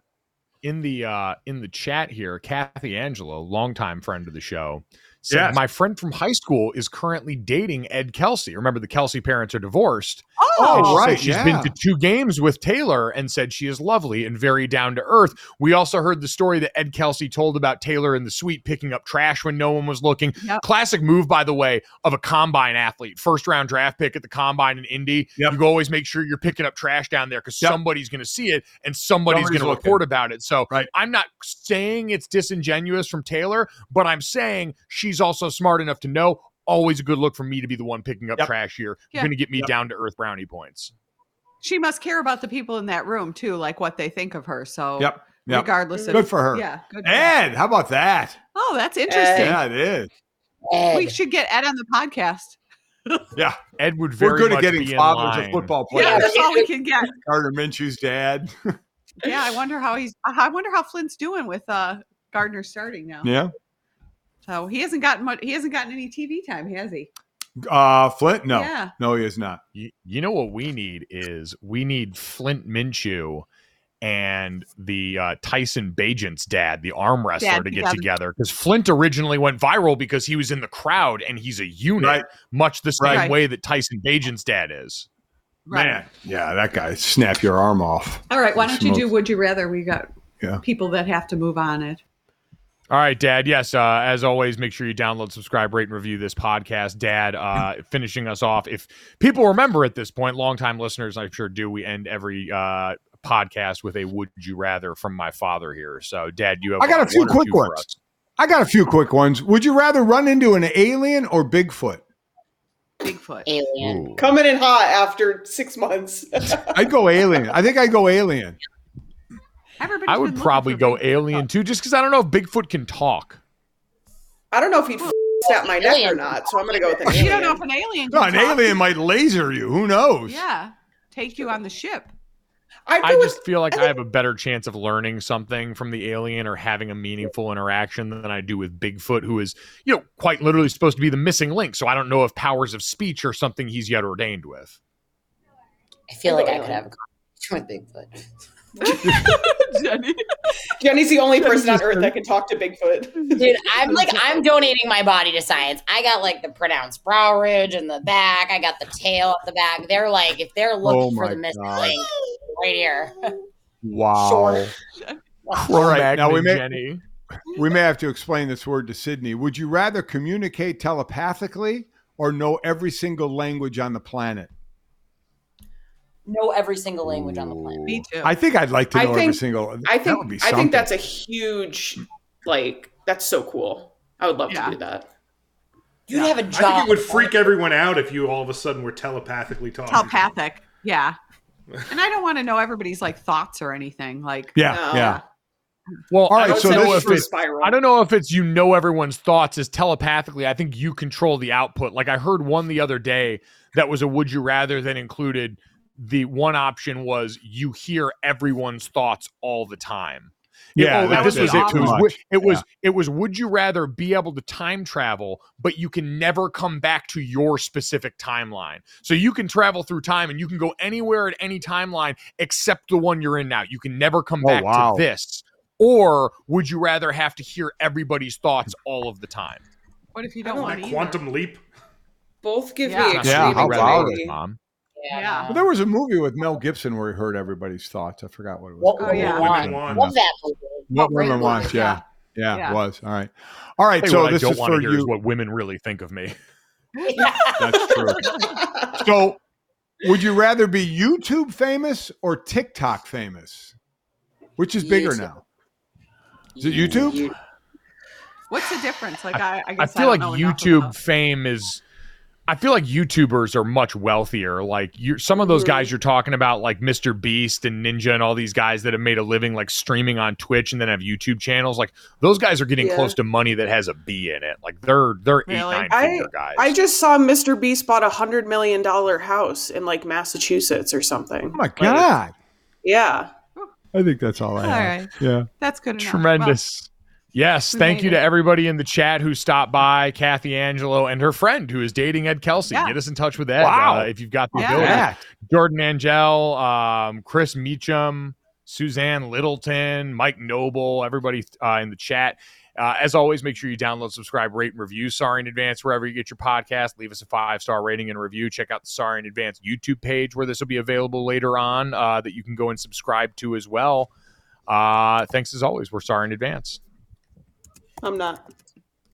C: in the uh, in the chat here, Kathy Angelo, longtime friend of the show, said
A: Yes.
C: my friend from high school is currently dating Ed Kelsey. Remember, the Kelsey parents are divorced.
B: Oh,
C: And she
A: right,
C: said She's been
A: yeah.
C: to two games with Taylor and said she is lovely and very down to earth. We also heard the story that Ed Kelsey told about Taylor in the suite picking up trash when no one was looking.
B: Yep.
C: Classic move, by the way, of a combine athlete. First round draft pick at the combine in Indy.
A: Yep.
C: You always make sure you're picking up trash down there because
A: Yep.
C: somebody's going to see it and somebody's
A: Somebody's
C: going to
A: looking.
C: report about it. So
A: Right.
C: I'm not saying it's disingenuous from Taylor, but I'm saying she's also smart enough to know. Always a good look for me to be the one picking up
A: Yep.
C: trash here.
B: Yeah.
C: You're going to get me
A: Yep.
C: down to earth brownie points.
B: she must care about the people in that room too, like what they think of her. So
A: Yep. Yep.
B: regardless of
A: Good for her.
B: yeah, good for her.
A: Ed, how about that?
B: oh, that's interesting.
A: Yeah, it is.
B: We
D: Ed.
B: should get Ed on the podcast.
A: Yeah,
C: Ed would very
A: we're good
C: much
A: at getting
C: be in
A: fathers
C: line.
A: of football players.
B: Yeah, that's all we can get.
A: Gardner Minshew's dad.
B: Yeah, I wonder how he's. I wonder how Flynn's doing with uh Gardner starting now.
A: Yeah.
B: So he hasn't gotten much. He hasn't gotten any TV time, has he?
A: Uh, Flint? No.
B: Yeah.
A: No, he is not.
C: You, you know what we need is we need Flint Minshew and the uh, Tyson Bajent's dad, the arm wrestler,
B: Dad
C: to get
B: together.
C: together because Flint originally went viral because he was in the crowd and he's a unit,
A: Right.
C: much the same
B: Right.
C: way that Tyson Bajent's dad is.
B: Right.
A: Man. Yeah, that guy snap your arm off.
B: All right. Why don't you do
A: Smoke.
B: Would You Rather? We got
A: Yeah.
B: people that have to move on it.
C: All right, Dad. Yes, uh, as always, make sure you download, subscribe, rate, and review this podcast. Dad, uh, finishing us off. If people remember at this point, longtime listeners, I'm sure do. We end every uh, podcast with a "Would you rather" from my father here. So, Dad, you have.
A: I got a
C: uh,
A: few
C: one or
A: quick
C: two for
A: ones.
C: us.
A: I got a few quick ones. Would you rather run into an alien or Bigfoot?
B: Bigfoot.
D: Alien.
C: Ooh.
F: Coming in hot after six months.
A: I'd go alien. I think I'd go alien.
B: Everybody's
C: I
B: been
C: would
B: looking
C: probably
B: for
C: go
B: Bigfoot.
C: alien too, just because I don't know if Bigfoot can talk.
F: I don't know if he'd f- snap my neck or
D: Alien.
F: not, so I'm gonna go with an
B: You
F: alien.
B: don't know if an alien.
A: No,
B: can
A: an
B: talk.
A: alien might laser you. Who knows?
B: Yeah. Take you on the ship.
F: I'd go
C: I
F: with
C: just feel like
F: I
C: I have a better chance of learning something from the alien or having a meaningful interaction than I do with Bigfoot, who is, you know, quite literally supposed to be the missing link. So I don't know if powers of speech or something he's yet ordained with.
D: I feel like I could have a conversation with Bigfoot.
B: Jenny.
F: Jenny's the only person on earth that can talk to Bigfoot.
D: Dude, I'm like, I'm donating my body to science. I got like the pronounced brow ridge in the back. I got the tail at the back. They're like, if they're
A: Oh
D: looking
A: my
D: for the missing
A: God.
D: link right here.
A: Wow.
D: Sure.
A: All right. Now we may
C: Jenny.
A: we may have to explain this word to Sydney. Would you rather communicate telepathically or know every single language on the planet?
D: know every single language on the planet.
B: Me too.
A: I think I'd like to
F: I
A: know every
F: think-
A: single.
F: I
A: that would
F: think
A: be
F: I
A: something.
F: think that's a huge like that's so cool. I would love
B: Yeah.
F: to do that.
D: You'd have a
G: I think
D: job.
G: it would freak everyone out if you all of a sudden were telepathically talking.
B: Telepathic. Yeah. And I don't want to know everybody's like thoughts or anything. Like
A: yeah,
F: No.
A: yeah.
C: Well,
A: All
C: I
A: right,
C: don't
A: so
C: know
A: this
C: if
A: is-
C: it's
F: spiral.
C: I don't know if it's you know everyone's thoughts is telepathically. I think you control the output. Like I heard one the other day that was a would you rather that included the one option was you hear everyone's thoughts all the time.
A: Yeah,
C: oh,
A: that
C: this
A: was
C: was
A: it
C: it.
A: too
C: It was,
A: much.
C: wi- it was it was. Would you rather be able to time travel, but you can never come back to your specific timeline? So you can travel through time and you can go anywhere at any timeline except the one you're in now. You can never come
A: Oh,
C: back
A: wow.
C: to this. Or would you rather have to hear everybody's thoughts all of the time?
B: What if you
G: I
B: don't
G: don't
B: want
G: like
B: to?
G: quantum leap.
F: Both give
B: Yeah.
F: me
C: Not
F: extreme
A: Yeah,
C: sure
A: how
C: you'd rather
F: anxiety.
C: it, Mom.
B: Yeah.
D: Yeah.
A: Well, there was a movie with Mel Gibson where he heard everybody's thoughts. I forgot what it was.
D: What
A: called.
B: Women Oh, yeah.
D: Want.
A: What
D: Love that movie.
B: What
A: Women
B: Women
A: Want,
B: Want,
A: Yeah. yeah,
B: Yeah.
A: it was. All right, all right.
C: Tell you
A: so
C: what
A: this
C: I
A: is
C: don't want
A: for
C: to hear is
A: you.
C: what women really think of me.
A: That's true. so, would you rather be YouTube famous or TikTok famous? Which is bigger
D: YouTube.
A: now? Is it YouTube?
D: You-
B: What's the difference? Like I, I
C: I
B: guess I
C: feel like
B: don't know enough
C: YouTube
B: about-
C: fame is. I feel like YouTubers are much wealthier. Like you, some of those
F: Mhm.
C: guys you're talking about, like Mr. Beast and Ninja, and all these guys that have made a living like streaming on Twitch and then have YouTube channels. Like those guys are getting
F: Yeah.
C: close to money that has a B in it. Like they're they're
B: Really?
C: eight nine
F: I-
C: figure guys.
F: I just saw Mr. Beast bought a hundred million dollar house in like Massachusetts or something.
A: Oh my god!
F: Yeah.
A: I think that's all I
B: All
A: have.
B: right,
A: Yeah.
B: that's good enough. Well,
C: Tremendous. yes.
B: we
C: Thank
B: made
C: you to
B: it.
C: everybody in the chat who stopped by, Kathy Angelo and her friend who is dating Ed Kelsey.
B: Yeah.
C: Get us in touch with Ed
A: Wow.
C: uh, if you've got the
B: Yeah.
C: ability.
A: Yeah.
C: Jordan Angel, um, Chris Meacham, Suzanne Littleton, Mike Noble, everybody uh, in the chat. Uh, as always, make sure you download, subscribe, rate, and review Sorry in Advance wherever you get your podcast. Leave us a five star rating and review. Check out the Sorry in Advance YouTube page where this will be available later on uh, that you can go and subscribe to as well. Uh, thanks as always. We're Sorry in Advance.
F: I'm not.